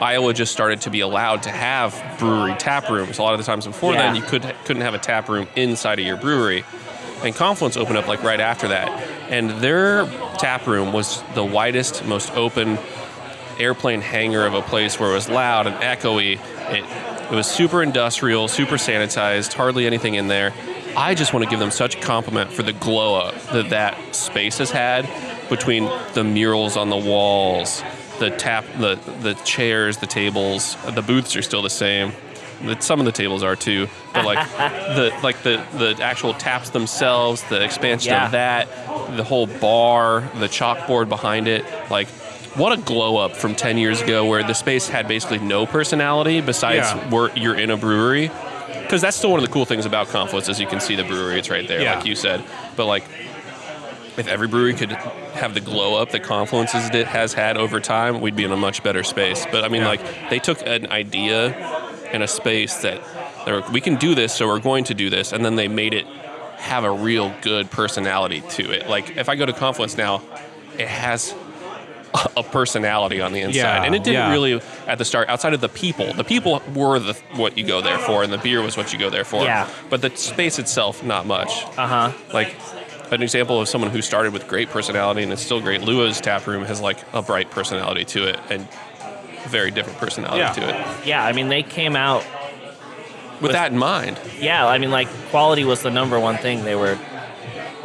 Iowa just started to be allowed to have brewery tap rooms. A lot of the times before then,
Yeah.
you could, couldn't have a tap room inside of your brewery. And Confluence opened up like right after that. And their tap room was the widest, most open airplane hangar of a place where it was loud and echoey. It, it was super industrial, super sanitized, hardly anything in there. I just want to give them such a compliment for the glow up that that space has had between the murals on the walls, the tap, the the chairs, the tables, the booths are still the same. The- Some of the tables are too, but like the like the the actual taps themselves, the expansion
Yeah.
of that that, the whole bar, the chalkboard behind it, like what a glow up from 10 years ago where the space had basically no personality besides
Yeah.
where you're in a brewery. Because that's still one of the cool things about Confluence is you can see the brewery. It's right there,
Yeah.
like you said. But like, if every brewery could have the glow up that Confluence has did- has had over time, we'd be in a much better space. But I mean,
Yeah.
like, they took an idea and a space that they were, we can do this, so we're going to do this, and then they made it have a real good personality to it. Like, if I go to Confluence now, it has a personality on the inside,
Yeah,
and it didn't
yeah.
really at the start. Outside of the people, the people were the what you go there for, and the beer was what you go there for.
Yeah.
But the space itself, not much
uh huh.
like an example of someone who started with great personality and it's still great. Lua's tap room has like a bright personality to it and very different personality
Yeah.
to it.
Yeah, I mean, they came out.
With, that in mind,
Yeah, I mean, like quality was the number one thing they were,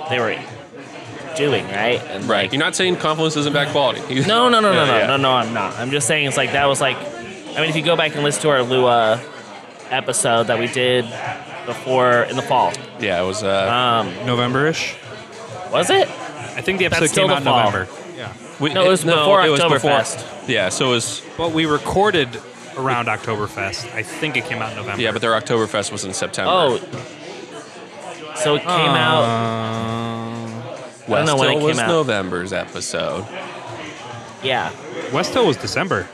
they were doing right. And like,
You're not saying confluence isn't bad quality. You-
No, no, no, no,
Yeah,
no,
yeah.
no, no. I'm not. I'm just saying it's like that was like. I mean, if you go back and listen to our Lua episode that we did before in the fall,
Yeah, it was. Uh,
um,
November-ish.
was it?
I think the
That's
episode
still
came
the
out
fall.
in November. Yeah,
we-
no, it was before
it was before-
Oktoberfest.
Yeah, so it was.
but we recorded around Oktoberfest. I think it came out in November.
Yeah, but their Oktoberfest was in September.
Oh, so it came out.
Um, out.
I don't know when it
West Hill
came
was
out.
November's episode.
Yeah,
West Hill was December.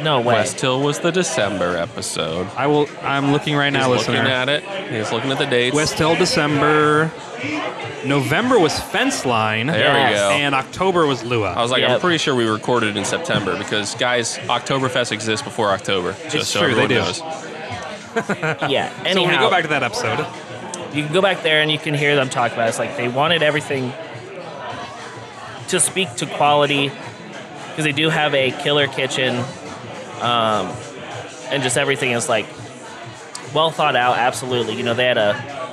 No way.
West Hill was the December episode.
I will. I'm looking right now,
He's
listener.
looking at it. He's looking at the dates.
West Hill, December. November was fence line.
there we
Yes.
go.
And October was
I
Lua.
was like, I'm
Yep.
pretty sure we recorded in September because guys, Oktoberfest exists before October. Just
It's
so
true, they
everyone knows.
do.
Yeah.
So when you go
Anyhow,
back to that episode,
you can go back there and you can hear them talk about it. It's like they wanted everything to speak to quality because they do have a killer kitchen, um, and just everything is like well thought out. Absolutely, you know they had a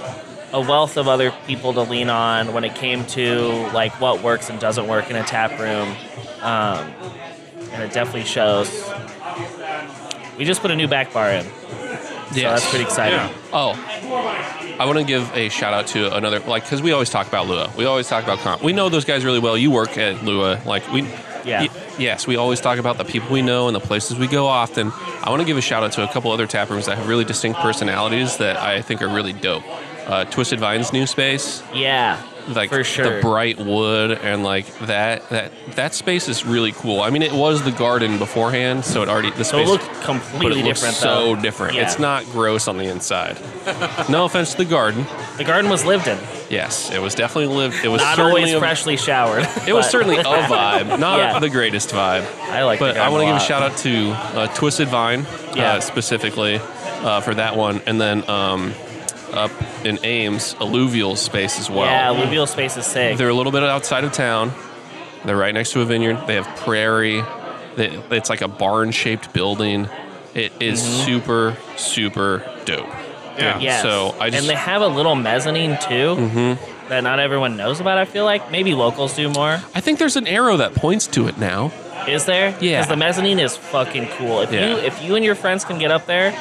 a wealth of other people to lean on when it came to like what works and doesn't work in a tap room, um, and it definitely shows. We just put a new back bar in, so that's pretty exciting.
Yeah.
Oh, I want to give a shout out to another, like, because we always talk about Lua. We always talk about comp. We know those guys really well. You work at Lua. Like, we.
Yeah.
yes, we always talk about the people we know and the places we go often. I want to give a shout out to a couple other tap rooms that have really distinct personalities that I think are really dope. Uh, Twisted Vine's new space,
Yeah,
like
for sure.
the bright wood and like that that that space is really cool. I mean, it was the garden beforehand, so it already the
So it
space
looked
but
completely
it looks
different,
so
though.
different.
Yeah.
It's not gross on the inside. no offense to the garden.
The garden was lived in.
Yes, it was definitely lived. It was
Not
certainly
always
a-
freshly showered.
It was
but
certainly a vibe, not
Yeah.
the greatest vibe.
I like the
But I
garden
want
a
to give a
lot.
shout out to uh, Twisted Vine,
Yeah.
uh, specifically uh, for that one, and then um, up in Ames, Alluvial Space as well.
Yeah, alluvial space is sick.
They're a little bit outside of town. They're right next to a vineyard. They have prairie. They, it's like a barn shaped building. It is
Mm-hmm.
super, super dope.
yeah.
Yes.
So I just- Mm-hmm.
and they have a little mezzanine too that not everyone knows about. I feel like maybe locals do more.
I think there's an arrow that points to it now.
Is there?
Yeah.
Because the mezzanine is fucking cool. If
Yeah.
you if you and your friends can get up there,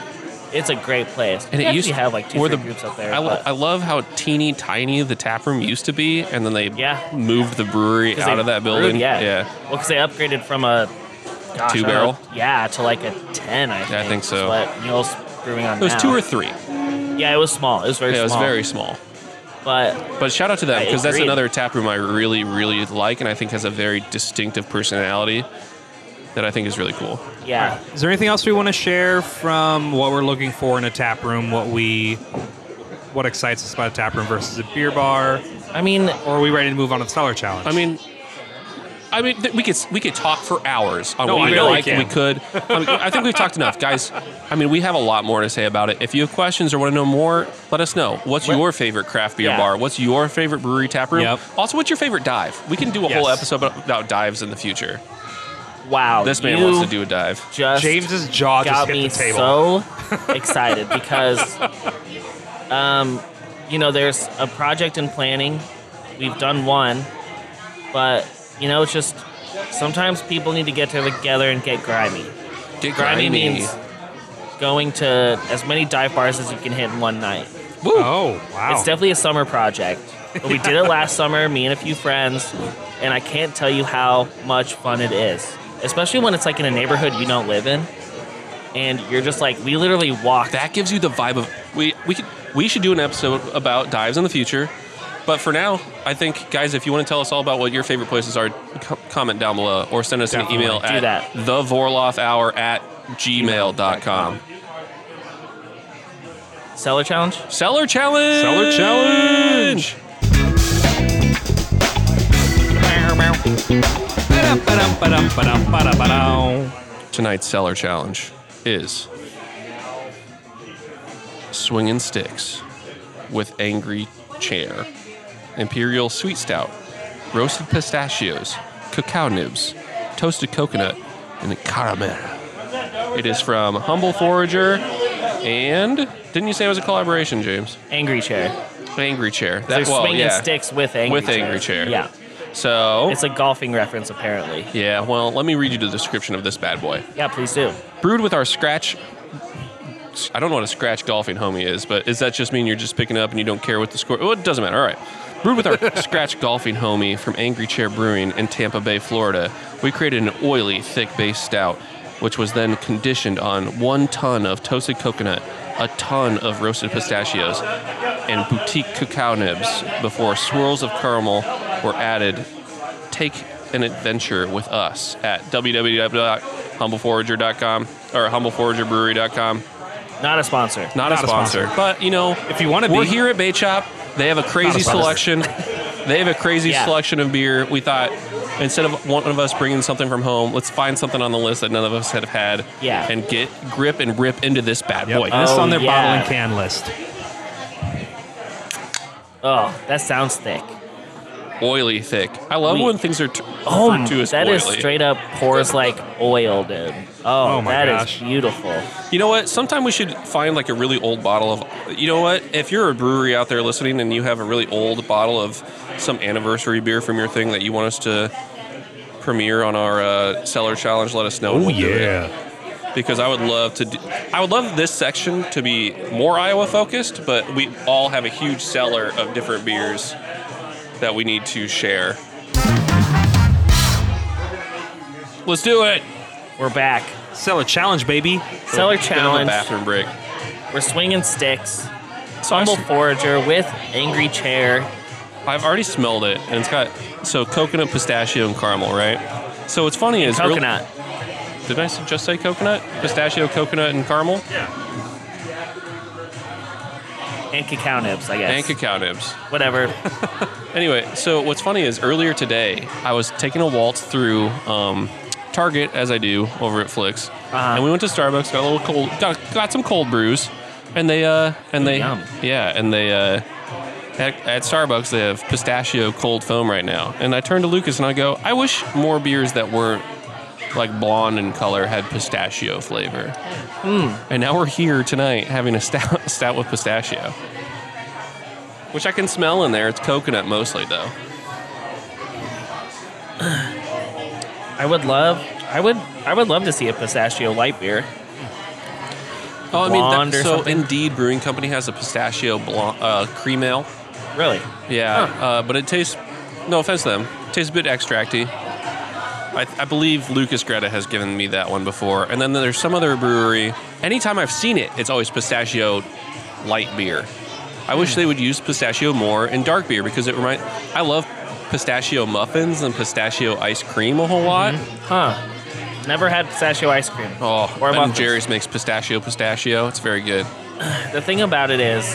it's a great place.
And
we
it
actually
used to
have like two
where
three
the-
groups up there.
I, lo-
but-
I love how teeny tiny the tap room used to be, and then they
Yeah.
moved the brewery
'cause
out
they
of that
brewed,
building.
yeah. Well, because they upgraded from a gosh,
Two
I don't know,
barrel?
yeah, to like a ten. I think.
I think
is
so.
What Neil's brewing on
It was
now.
two or three.
Yeah, it was small. It was very
yeah, it was
small.
very small.
But
But shout out to them
I
because that's
agree.
another tap room I really, really like, and I think has a very distinctive personality that I think is really cool.
yeah,
Is there anything else we want to share from what we're looking for in a tap room? What we, what excites us about a tap room versus a beer bar?
I mean,
Or are we ready to move on to the cellar challenge?
I mean, I mean, th- we could we could talk for hours on
No,
what
I
we
really
like.
can.
We could. I, mean, I think we've talked enough, guys. I mean, we have a lot more to say about it. If you have questions or want to know more, let us know. What's your favorite craft beer
Yeah.
bar? What's your favorite brewery tap room?
Yep.
Also, what's your favorite dive? We can do a whole
Yes.
episode about dives in the future.
wow.
This man
you
wants to do a dive.
just
James's jaw just
got
hit
me
the table.
so excited because, um, you know, there's a project in planning. We've done one, but you know, it's just sometimes people need to get together and get grimy.
Get
Grimy means going to as many dive bars as you can hit in one night.
Woo.
oh wow!
It's definitely a summer project. But we did it last summer, me and a few friends, and I can't tell you how much fun it is. Especially when it's like in a neighborhood you don't live in. And you're just like, we literally walked.
that gives you the vibe of we we could, we should do an episode about dives in the future. But for now, I think guys, if you want to tell us all about what your favorite places are, co- comment down below or send us
Definitely.
an email
Do
at
that.
the Vorloff Hour at gmail.com.
Cellar challenge?
Seller challenge.
Cellar challenge! Ba-dum-ba-dum-ba-dum-ba-dum-ba-dum.
Tonight's seller challenge is swinging sticks with angry chair, imperial sweet stout, roasted pistachios, cacao nibs, toasted coconut, and caramel. It is from Humble Forager, and didn't you say it was a collaboration, James?
Angry chair.
Angry Chair. That
They're
well,
swinging
yeah.
sticks with angry
With
chair.
Angry Chair.
Yeah.
So
It's a golfing reference, apparently.
yeah, well, let me read you the description of this bad boy.
Yeah, please do.
brewed with our scratch. I don't know what a scratch golfing homie is, but does that just mean you're just picking up and you don't care what the score? Well, it doesn't matter. All right. Brewed with our scratch golfing homie from Angry Chair Brewing in Tampa Bay, Florida, we created an oily, thick base stout, which was then conditioned on one ton of toasted coconut, a ton of roasted pistachios, and boutique cacao nibs before swirls of caramel were added take an adventure with us at www.humbleforager.com or humbleforagerbrewery.com.
Not a sponsor.
Not,
Not
a,
a
sponsor,
sponsor.
but you know,
If you want to
we're
be
here at Bay Chop. They have a crazy
sponsor.
selection. They have a crazy
Yeah.
selection of beer. We thought instead of one of us bringing something from home, let's find something on the list that none of us had have had.
Yeah.
And get grip and rip into this bad
Yep. Uh,
boy.
And this is
Oh,
on their
yeah.
bottle and can list.
Oh, that sounds thick.
Oily thick. I love
Sweet.
when things are t-
Oh,
referred to as
that
oily.
is straight up pours like oil, dude. Oh,
Oh my
that is
gosh.
beautiful.
You know what? Sometime we should find like a really old bottle of. You know what? If you're a brewery out there listening and you have a really old bottle of some anniversary beer from your thing that you want us to premiere on our uh, cellar challenge, let us know.
Oh,
and we'll do it. Because I would love to. Do, I would love this section to be more Iowa focused, but we all have a huge cellar of different beers that we need to share. Let's do it.
We're back.
Sell a challenge, baby.
Cellar
Bit of a
challenge.
Bathroom break.
We're swinging sticks.
So I
Humble
s-
forager with angry chair.
I've already smelled it, and it's got so coconut, pistachio, and caramel, right? So what's funny is early-
Coconut.
did I s- just say coconut, pistachio, coconut, and caramel,
And cacao nibs, I guess.
and cacao nibs?
Whatever.
Anyway, so what's funny is earlier today I was taking a waltz through um, Target as I do over at Flicks, and we went to Starbucks, got a little cold, got, got some cold brews, and they uh and they
yum.
yeah, and they uh, at, at Starbucks they have pistachio cold foam right now, and I turned to Lucas and I go, I wish more beers that weren't like blonde in color had pistachio flavor, and now we're here tonight having a stout, stout with pistachio. Which I can smell in there. It's coconut mostly, though.
I would love I would I would love to see a pistachio light beer.
Oh, I mean,
blonde
that,
or
so
something?
Indeed Brewing Company has a pistachio blonde, uh, cream ale.
Really.
Yeah, uh, but it tastes. No offense to them, tastes a bit extracty. I, I believe Lucas Greta has given me that one before, and then there's some other brewery. Anytime I've seen it, it's always pistachio light beer. I wish
Hmm.
they would use pistachio more in dark beer because it remind. I love pistachio muffins and pistachio ice cream a whole lot.
Mm-hmm. Huh. Never had pistachio ice cream.
Oh,
Or
and
muffins.
Jerry's makes pistachio pistachio. It's very good.
The thing about it is,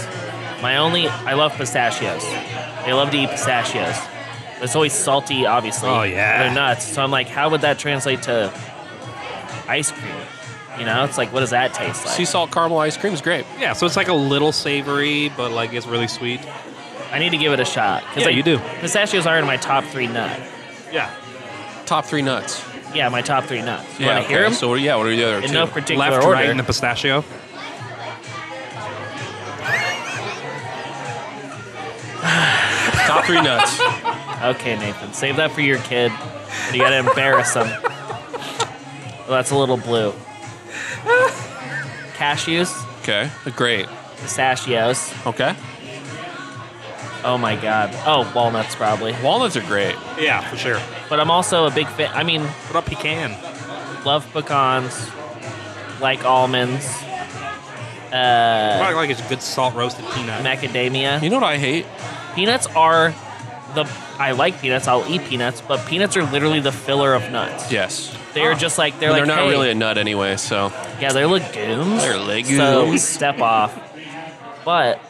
my only I love pistachios. I love to eat pistachios. It's always salty, obviously.
Oh, yeah.
They're nuts. So I'm like, how would that translate to ice cream? You know, it's like, what does that taste like?
Sea salt caramel ice cream is great.
Yeah, so it's like a little savory, but like it's really sweet.
I need to give it a shot. 'Cause,
Yeah,
like,
you do.
Pistachios are in my top three nut.
Yeah.
Top three nuts.
Yeah, my top three nuts. You want to hear
okay.
them?
So what- yeah, what are the other
in
two?
no particular
Left,
order.
right, and the pistachio.
Top three nuts.
Okay, Nathan, save that for your kid. You gotta embarrass him. Well, that's a little blue. Cashews,
Okay, great.
pistachios.
Okay,
Oh my god. Oh, walnuts probably.
walnuts are great.
Yeah, for sure.
But I'm also a big fan. I mean,
What about pecan?
Uh, love pecans, like almonds,
Probably like it's good salt roasted peanut.
macadamia.
You know what I hate?
Peanuts are the. I like peanuts. I'll eat peanuts, but peanuts are literally the filler of nuts.
Yes,
They're just like they're
they're,
like.
not
hey,
really a nut anyway. So
Yeah, they're legumes.
They're
So
legumes.
step off. But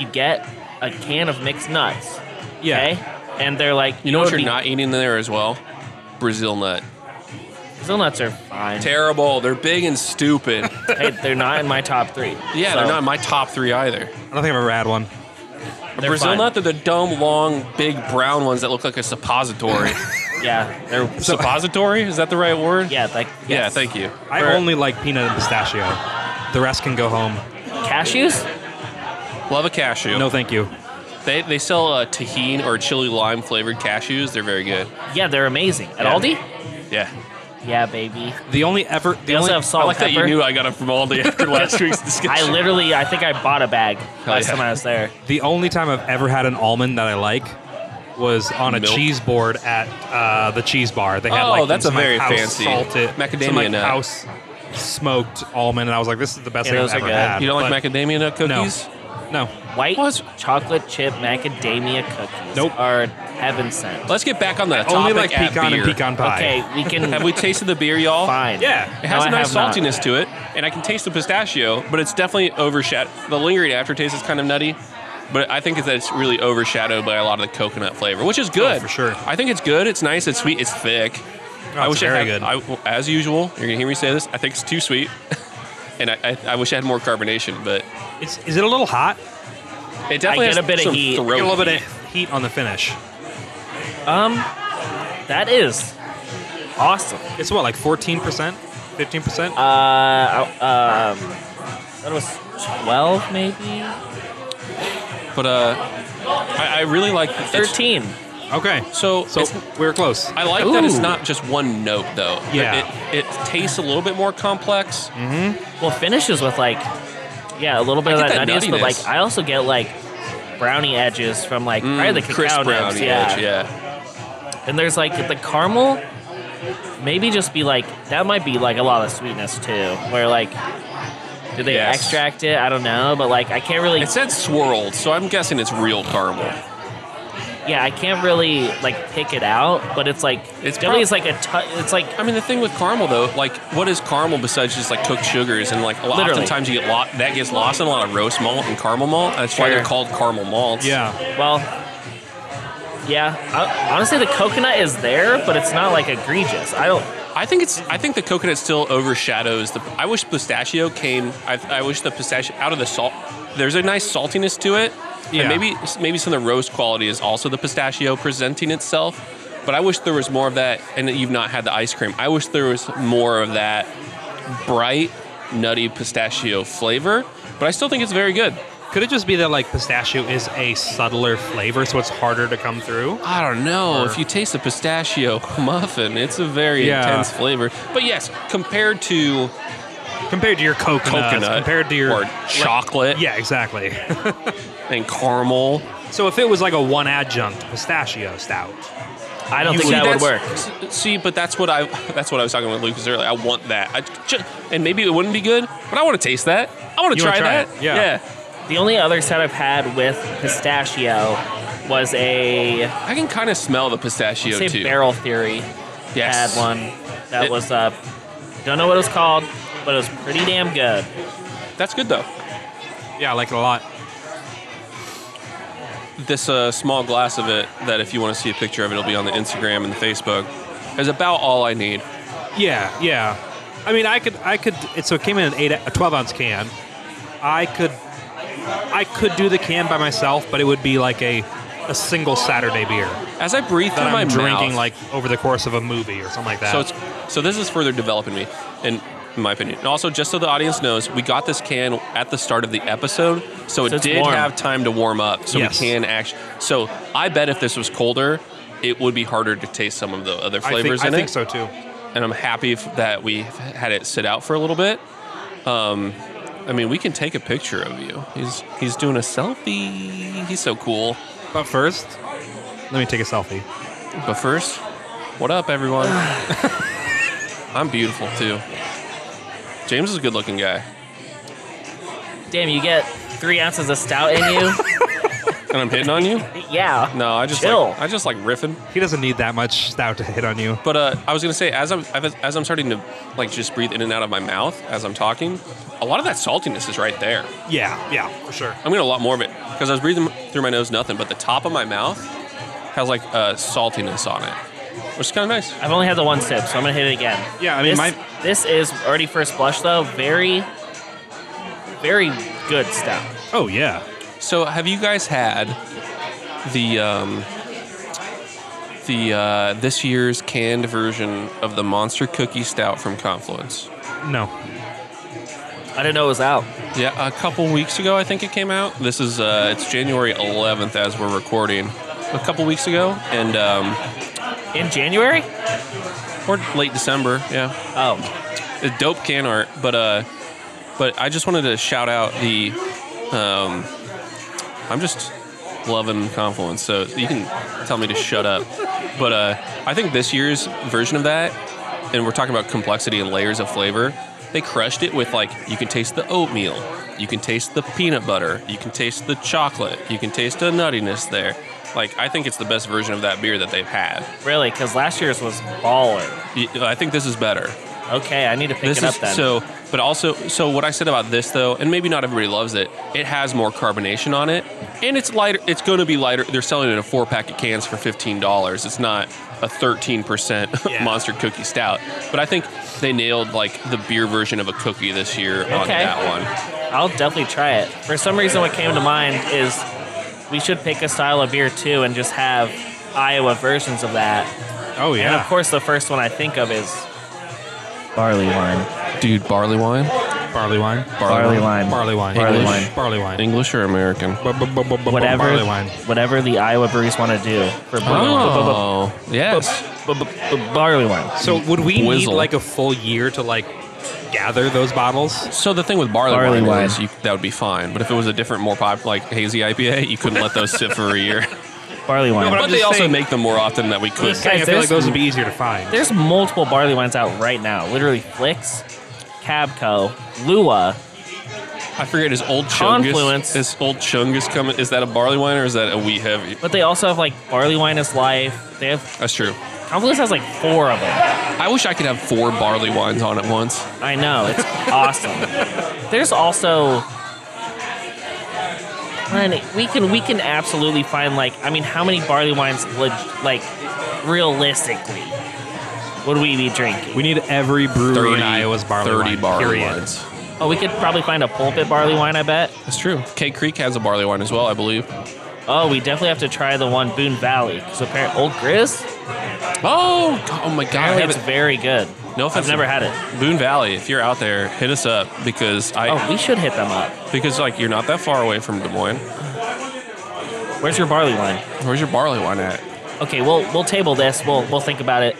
you get a can of mixed nuts.
Yeah.
Okay? And they're like,
you know what
would
you're
be-
not eating there as well? Brazil nut.
Brazil nuts are fine.
Terrible. They're big and stupid.
hey, they're not in my top three.
Yeah,
So
they're not in my top three either.
I don't think I've ever had one.
A
they're
Brazil
fine.
nut, they're the dumb, long, big brown ones that look like a suppository.
Yeah, they're.
suppository? Is that the right word?
yeah, like.
Yeah.
yes.
Thank you.
I
For-
only like peanut and pistachio. The rest can go home.
Cashews?
love a cashew.
No, thank you.
They, they sell uh, tahine or chili lime flavored cashews. They're very good.
Yeah, they're amazing. At
Yeah.
Aldi?
Yeah.
Yeah, baby.
The only ever the
They also
only
have salt
I like
and
that you
pepper.
knew I got them from Aldi after last week's discussion.
I literally, I think I bought a bag last
yeah.
time I was there.
the only time I've ever had an almond that I like was on a
Milk?
cheese board at uh, the cheese bar. They had
Oh,
like
that's
some,
a very
like, house
fancy
salted
macadamia
some, like,
nut.
house smoked almond, and I was like, this is the best
Yeah,
thing
those
I've
are
ever
good.
had.
You don't like
But
macadamia nut
No.
cookies?
No,
White
What?
chocolate chip macadamia cookies
Nope.
are Heaven sent.
Let's get back on the topic
Only like
at
pecan
beer.
and pecan pie.
Okay, we can.
Have we tasted the beer, y'all?
Fine.
Yeah.
It has
No,
a
I
nice
have not.
saltiness to it, and I can taste the pistachio, but it's definitely overshadowed. The lingering aftertaste is kind of nutty, but I think that it's really overshadowed by a lot of the coconut flavor, which is good.
Oh, for sure.
I think it's good. It's nice. It's sweet. It's thick. I
it's
wish
very
I had,
good.
I, well, as usual, you're gonna hear me say this. I think it's too sweet, and I, I, I wish I had more carbonation, but
It's, is it a little hot?
it definitely
get
has
a bit of
some
heat.
throat
Get a little
heat.
bit of heat on the finish.
Um, that is awesome.
It's what, like 14%? 15%?
Uh, I- um, that was twelve, maybe
But uh, I, I really like it's-
thirteen.
okay.
So,
So
it's-
we were close.
I like that it's
Ooh.
not just one note though.
Yeah.
It, it tastes a little bit more complex.
Mm. Well, finishes with like, yeah, a little bit of
I get
that,
that
nuttiness, but like
nuttiness. Mm,
I also get like brownie edges from like probably the cacao
crisp
nibs,
brownie
yeah.
edge, yeah.
And there's like the caramel, maybe just be like that might be like a lot of sweetness too, where like. Did they
Yes.
extract it? I don't know, but like I can't really.
It said swirled, so I'm guessing it's real caramel.
yeah, I can't really like pick it out, but it's like it's
It's
definitely
prob-
it's like a tu- it's like
I mean, the thing with caramel though, like, what is caramel besides just like cooked sugars and like a lot,
Literally.
oftentimes you get lo- that gets lost in a lot of roast malt and caramel malt. That's why
Sure.
they're called caramel malts.
yeah.
well, yeah. I, honestly, the coconut is there, but it's not like egregious. I don't.
I think it's. I think the coconut still overshadows the. I wish pistachio came. I, I wish the pistachio out of the salt. There's a nice saltiness to it.
Yeah.
And maybe maybe some of the roast quality is also the pistachio presenting itself. But I wish there was more of that. And that you've not had the ice cream. I wish there was more of that bright, nutty pistachio flavor. But I still think it's very good.
Could it just be that like pistachio is a subtler flavor, so it's harder to come through?
I don't know.
Or-
if you taste a pistachio muffin, it's a very
Yeah.
intense flavor. But yes, compared to
Compared to your coconut,
coconut,
compared to your
or chocolate,
Yeah, exactly.
and caramel.
so if it was like a one adjunct pistachio stout,
I don't
You
think
see,
that would work.
that's- s- See, but that's what I that's what I was talking with Lucas earlier. I want that. I ju- and maybe it wouldn't be good, but I want to taste that. I want to
You
try,
wanna try
that.
it, yeah.
The only other set I've had with pistachio was a
I can kind of smell the pistachio
say
too.
barrel theory.
Yes.
Had one that
It-
was uh, don't know what it was called, but it was pretty damn good.
That's good though.
yeah, I like it a lot.
This uh, small glass of it that if you want to see a picture of it, it'll be on the Instagram and the Facebook. Is about all I need.
Yeah, yeah. I mean, I could, I could. It, so it came in an eight, a twelve ounce can. I could, I could do the can by myself, but it would be like a, a single Saturday beer
As I breathe
that
through my
I'm drinking
mouth,
like over the course of a movie or something like that.
So it's so this is further developing me, in, in my opinion. And also, just so the audience knows, we got this can at the start of the episode, so,
So
it
it's
did
warm.
have time to warm up. So
Yes.
we can actually. So I bet if this was colder, it would be harder to taste some of the other
I think,
flavors
I
in
think
it.
so too.
And I'm happy f- that we had it sit out for a little bit. Um, I mean, we can take a picture of you. He's he's doing a selfie. He's so cool.
But first, let me take a selfie.
But first, what up, everyone? I'm beautiful too. James is a good-looking guy,
Damn, you get three ounces of stout in you.
and I'm hitting on you.
yeah.
No, I just
Chill.
like I just like riffing.
He doesn't need that much stout to hit on you.
But uh, I was gonna say, as I'm I've- as I'm starting to like just breathe in and out of my mouth as I'm talking, a lot of that saltiness is right there.
Yeah, yeah, for sure.
I'm getting a lot more of it because I was breathing through my nose, nothing, but the top of my mouth has like uh, saltiness on it, which is kind of nice.
I've only had the one sip, so I'm gonna hit it again.
Yeah, I mean,
this,
my-
this is already first blush though. Very, very good stuff.
Oh yeah.
So, have you guys had the um, the uh, this year's canned version of the Monster Cookie Stout from Confluence?
No.
I didn't know it was out.
Yeah, a couple weeks ago, I think it came out. This is uh, it's January 11th as we're recording. A couple weeks ago, and um,
In January?
or late December, yeah,
Oh,
a dope can art. But uh, but I just wanted to shout out the um, I'm just loving Confluence, so you can tell me to shut up. But uh, I think this year's version of that, and we're talking about complexity and layers of flavor, they crushed it with like you can taste the oatmeal, you can taste the peanut butter, you can taste the chocolate, you can taste the nuttiness there. Like I think it's the best version of that beer that they've had.
Really, because last year's was baller.
Y- I think this is better.
Okay, I need to pick
This
it up
is
then.
so, but also, so what I said about this though, and maybe not everybody loves it. It has more carbonation on it, and it's lighter. It's going to be lighter. They're selling it in four pack of cans for fifteen dollars. It's not a thirteen percent
Yeah.
monster cookie stout. But I think they nailed like the beer version of a cookie this year on
Okay.
that one.
I'll definitely try it. For some reason, what came to mind is we should pick a style of beer too and just have Iowa versions of that.
Oh
And of
yeah,
course, the first one I think of is barley wine.
Dude, barley wine,
barley wine,
Barley wine.
barley wine,
Barley
English,
wine.
barley wine,
English or American?
Oh.
whatever.
Whatever,
Barley wine.
whatever the Iowa breweries want to do for barley,
Oh, yes.
b- b- b- b- barley wine.
So would we need
Whizzle.
like a full year to like gather those bottles?
So the thing with barley,
Barley
wine,
wine.
is you, that would be fine, but if it was a different, more pop like hazy IPA, you couldn't let those sit for a year.
Barley wine.
but I'm
But they
just
also
saying-
make them more often than we could.
Guys,
I feel like
there's-
those would be easier to find.
There's multiple barley wines out right now. Literally, Flicks, Cabco, Lua.
I forget is old chungus.
Confluence.
Is old chungus coming? Is that a barley wine or is that a wheat heavy?
But they also have like barley wine is life. They have
That's true.
Confluence has like four of them.
I wish I could have four barley wines on at once.
I know it's awesome. There's also, man, we can we can absolutely find like I mean, how many barley wines leg, like realistically would we be drinking?
we need every brewery
30,
in Iowa's barley
30
wine.
barley
period.
wines.
Oh, we could probably find a pulpit barley wine. I bet.
That's true. Cake Creek has a barley wine as well, I believe.
Oh, we definitely have to try the one Boone Valley because apparently Old Grizz.
Oh, God- oh my God! I
Apparently, it's
haven't-
very good.
no
I've
offense.
never had it.
Boone Valley, if you're out there, hit us up because I
Oh, we should hit them up.
because like you're not that far away from Des Moines.
Where's your barley wine?
Where's your barley wine at?
Okay, we'll we'll table this. We'll we'll think about it.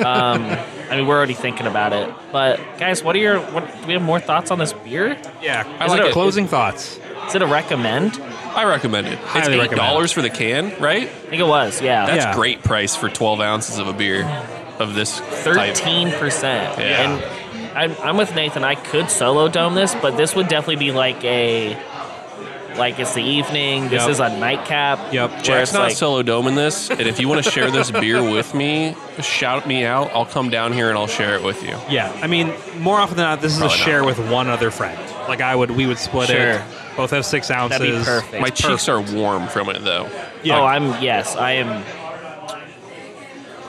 Um, I mean, we're already thinking about it. But guys, what are your what, do we have more thoughts on this beer?
Yeah,
I
is
like
it a
it.
closing thoughts.
Is it a recommend?
I recommend it. It's
Highly
eight
recommend.
dollars for the can, right?
I think it was. Yeah,
That's
Yeah.
great price for twelve ounces of a beer of this type.
thirteen percent.
Yeah.
And I'm, I'm with Nathan. I could solo dome this, but this would definitely be like a like it's the evening. This
Yep.
is a nightcap.
Yep.
where
Jack's
it's
not
like-
solo doming this, and if you want to share this beer with me, shout me out. I'll come down here and I'll share it with you.
Yeah, I mean, more often than not, this is
Probably
a
not.
share with one other friend. Like I would, we would split
Sure.
it. Both have six ounces.
That'd be perfect.
My cheeks are warm from it, though.
Yeah.
Oh, I'm yes, I am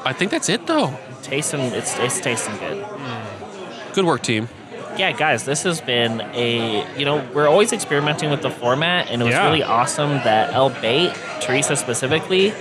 I think that's it, though.
tasting. It's it's tasting good.
Good work, team.
yeah, guys, this has been a you know we're always experimenting with the format, and it was
Yeah.
really awesome that El Bait Teresa specifically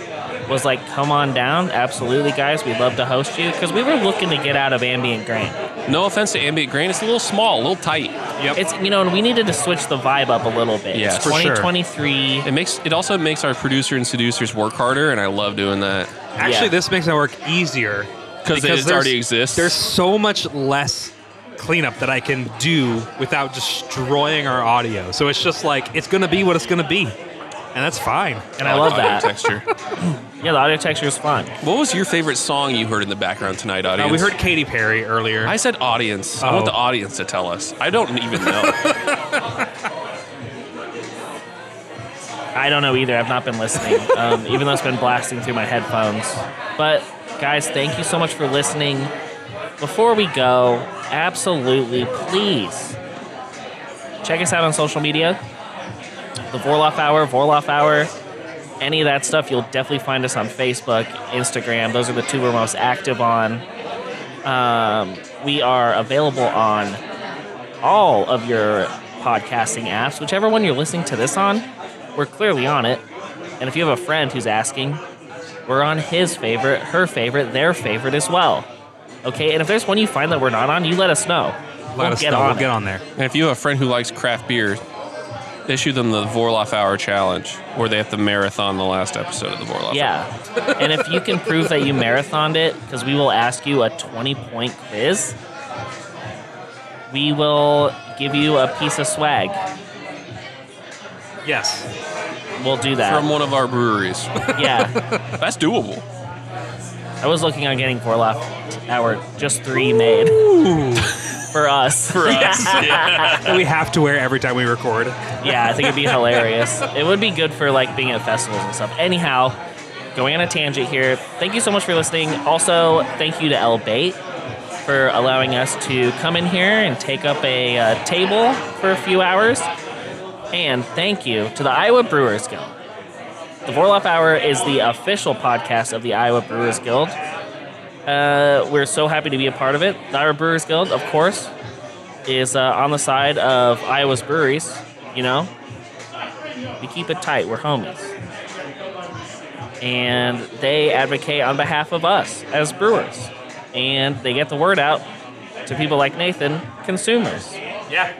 was like, "Come on down, absolutely, guys, we'd love to host you," because we were looking to get out of ambient grain.
No offense to Ambient Grain, it's a little small, a little tight.
Yep.
It's you know, and we needed to switch the vibe up a little bit.
Yes,
it's
for
sure.
2023.
It makes it also makes our producer and seducers work harder, and I love doing that.
Actually,
yeah.
this makes my work easier
Because it
there's-
already exists.
There's so much less cleanup that I can do without destroying our audio. So it's just like it's gonna be what it's gonna be, and that's fine.
And I love
audio
that.
texture.
Yeah, the audio texture is fun.
What was your favorite song you heard in the background tonight,
Uh,
audience?
we heard Katy Perry earlier.
I said audience. I want
Oh.
the audience to tell us. I don't even know.
I don't know either. I've not been listening, um, even though it's been blasting through my headphones. But guys, thank you so much for listening. Before we go, absolutely please check us out on social media. The Vorloff Hour, Vorloff Hour, any of that stuff, you'll definitely find us on Facebook, Instagram. Those are the two we're most active on. Um, we are available on all of your podcasting apps, whichever one you're listening to this on, we're clearly on it. And if you have a friend who's asking, we're on his favorite, her favorite, their favorite as well. Okay, and if there's one you find that we're not on, you let us know.
Let
we'll
us
get
know.
on
We'll
it.
get on there.
and if you have a friend who likes craft beer, issue them the Vorloff Hour Challenge, where they have to marathon the last episode of the Vorloff. Hour.
Yeah. and if you can prove that you marathoned it, because we will ask you a 20 point quiz, we will give you a piece of swag.
Yes.
We'll do that.
From one of our breweries.
yeah.
That's doable.
I was looking on getting Vorloff Hour just three made
Ooh.
for for us.
for us. Yeah.
that we have to wear every time we record.
yeah, I think it'd be hilarious. It would be good for like being at festivals and stuff. Anyhow, going on a tangent here. Thank you so much for listening. Also, thank you to El Bait for allowing us to come in here and take up a uh, table for a few hours. And thank you to the Iowa Brewers Guild. The Vorloff Hour is the official podcast of the Iowa Brewers Guild. Uh, we're so happy to be a part of it. The Iowa Brewers Guild, of course, is uh, on the side of Iowa's breweries. You know, we keep it tight. We're homies, and they advocate on behalf of us as brewers, and they get the word out to people like Nathan, consumers.
Yeah.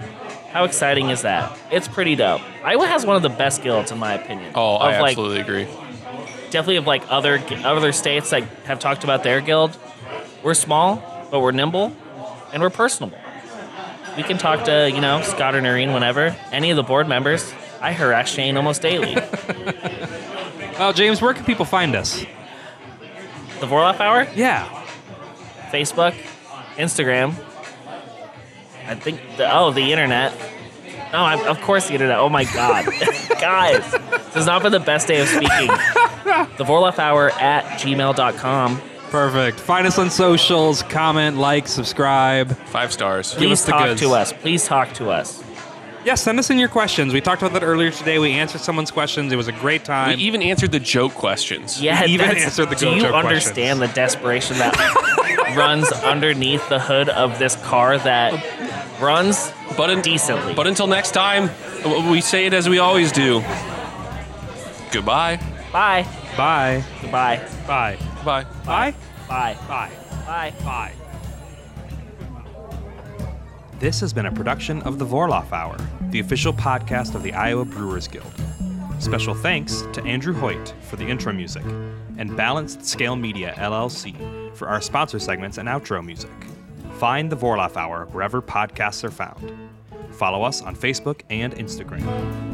How exciting is that? It's pretty dope. Iowa has one of the best guilds, in my opinion.
Oh, I
of, like,
absolutely agree.
definitely of like other other states that have talked about their guild. We're small, but we're nimble, and we're personable. We can talk to you know Scott or Noreen whenever. Any of the board members. I harass Shane almost daily.
Well, James, where can people find us?
the Vorloff Hour,
Yeah.
Facebook, Instagram. I think the, oh the internet. No, I'm, of course the internet. Oh my god, guys, this has not been the best day of speaking. the Vorloff Hour at gmail.com.
Perfect. Find us on socials, comment, like, subscribe.
Five stars.
Please
us the
talk
goods.
to us. Please talk to us.
Yeah, send us in your questions. We talked about that earlier today. We answered someone's questions. It was a great
We
time.
even answered the joke questions.
Yeah,
He even
that's-
answered the
Do you
Gojo questions.
understand the desperation that runs underneath the hood of this car that runs
But in,
decently?
But until next time, w- we say it as we always do. Goodbye.
bye,
Bye.
bye,
Bye.
Bye. Bye.
bye,
Bye.
bye.
Bye. This has been a production of the Vorloff Hour, the official podcast of the Iowa Brewers Guild. Special thanks to Andrew Hoyt for the intro music, and Balanced Scale Media LLC for our sponsor segments and outro music. Find the Vorloff Hour wherever podcasts are found. Follow us on Facebook and Instagram.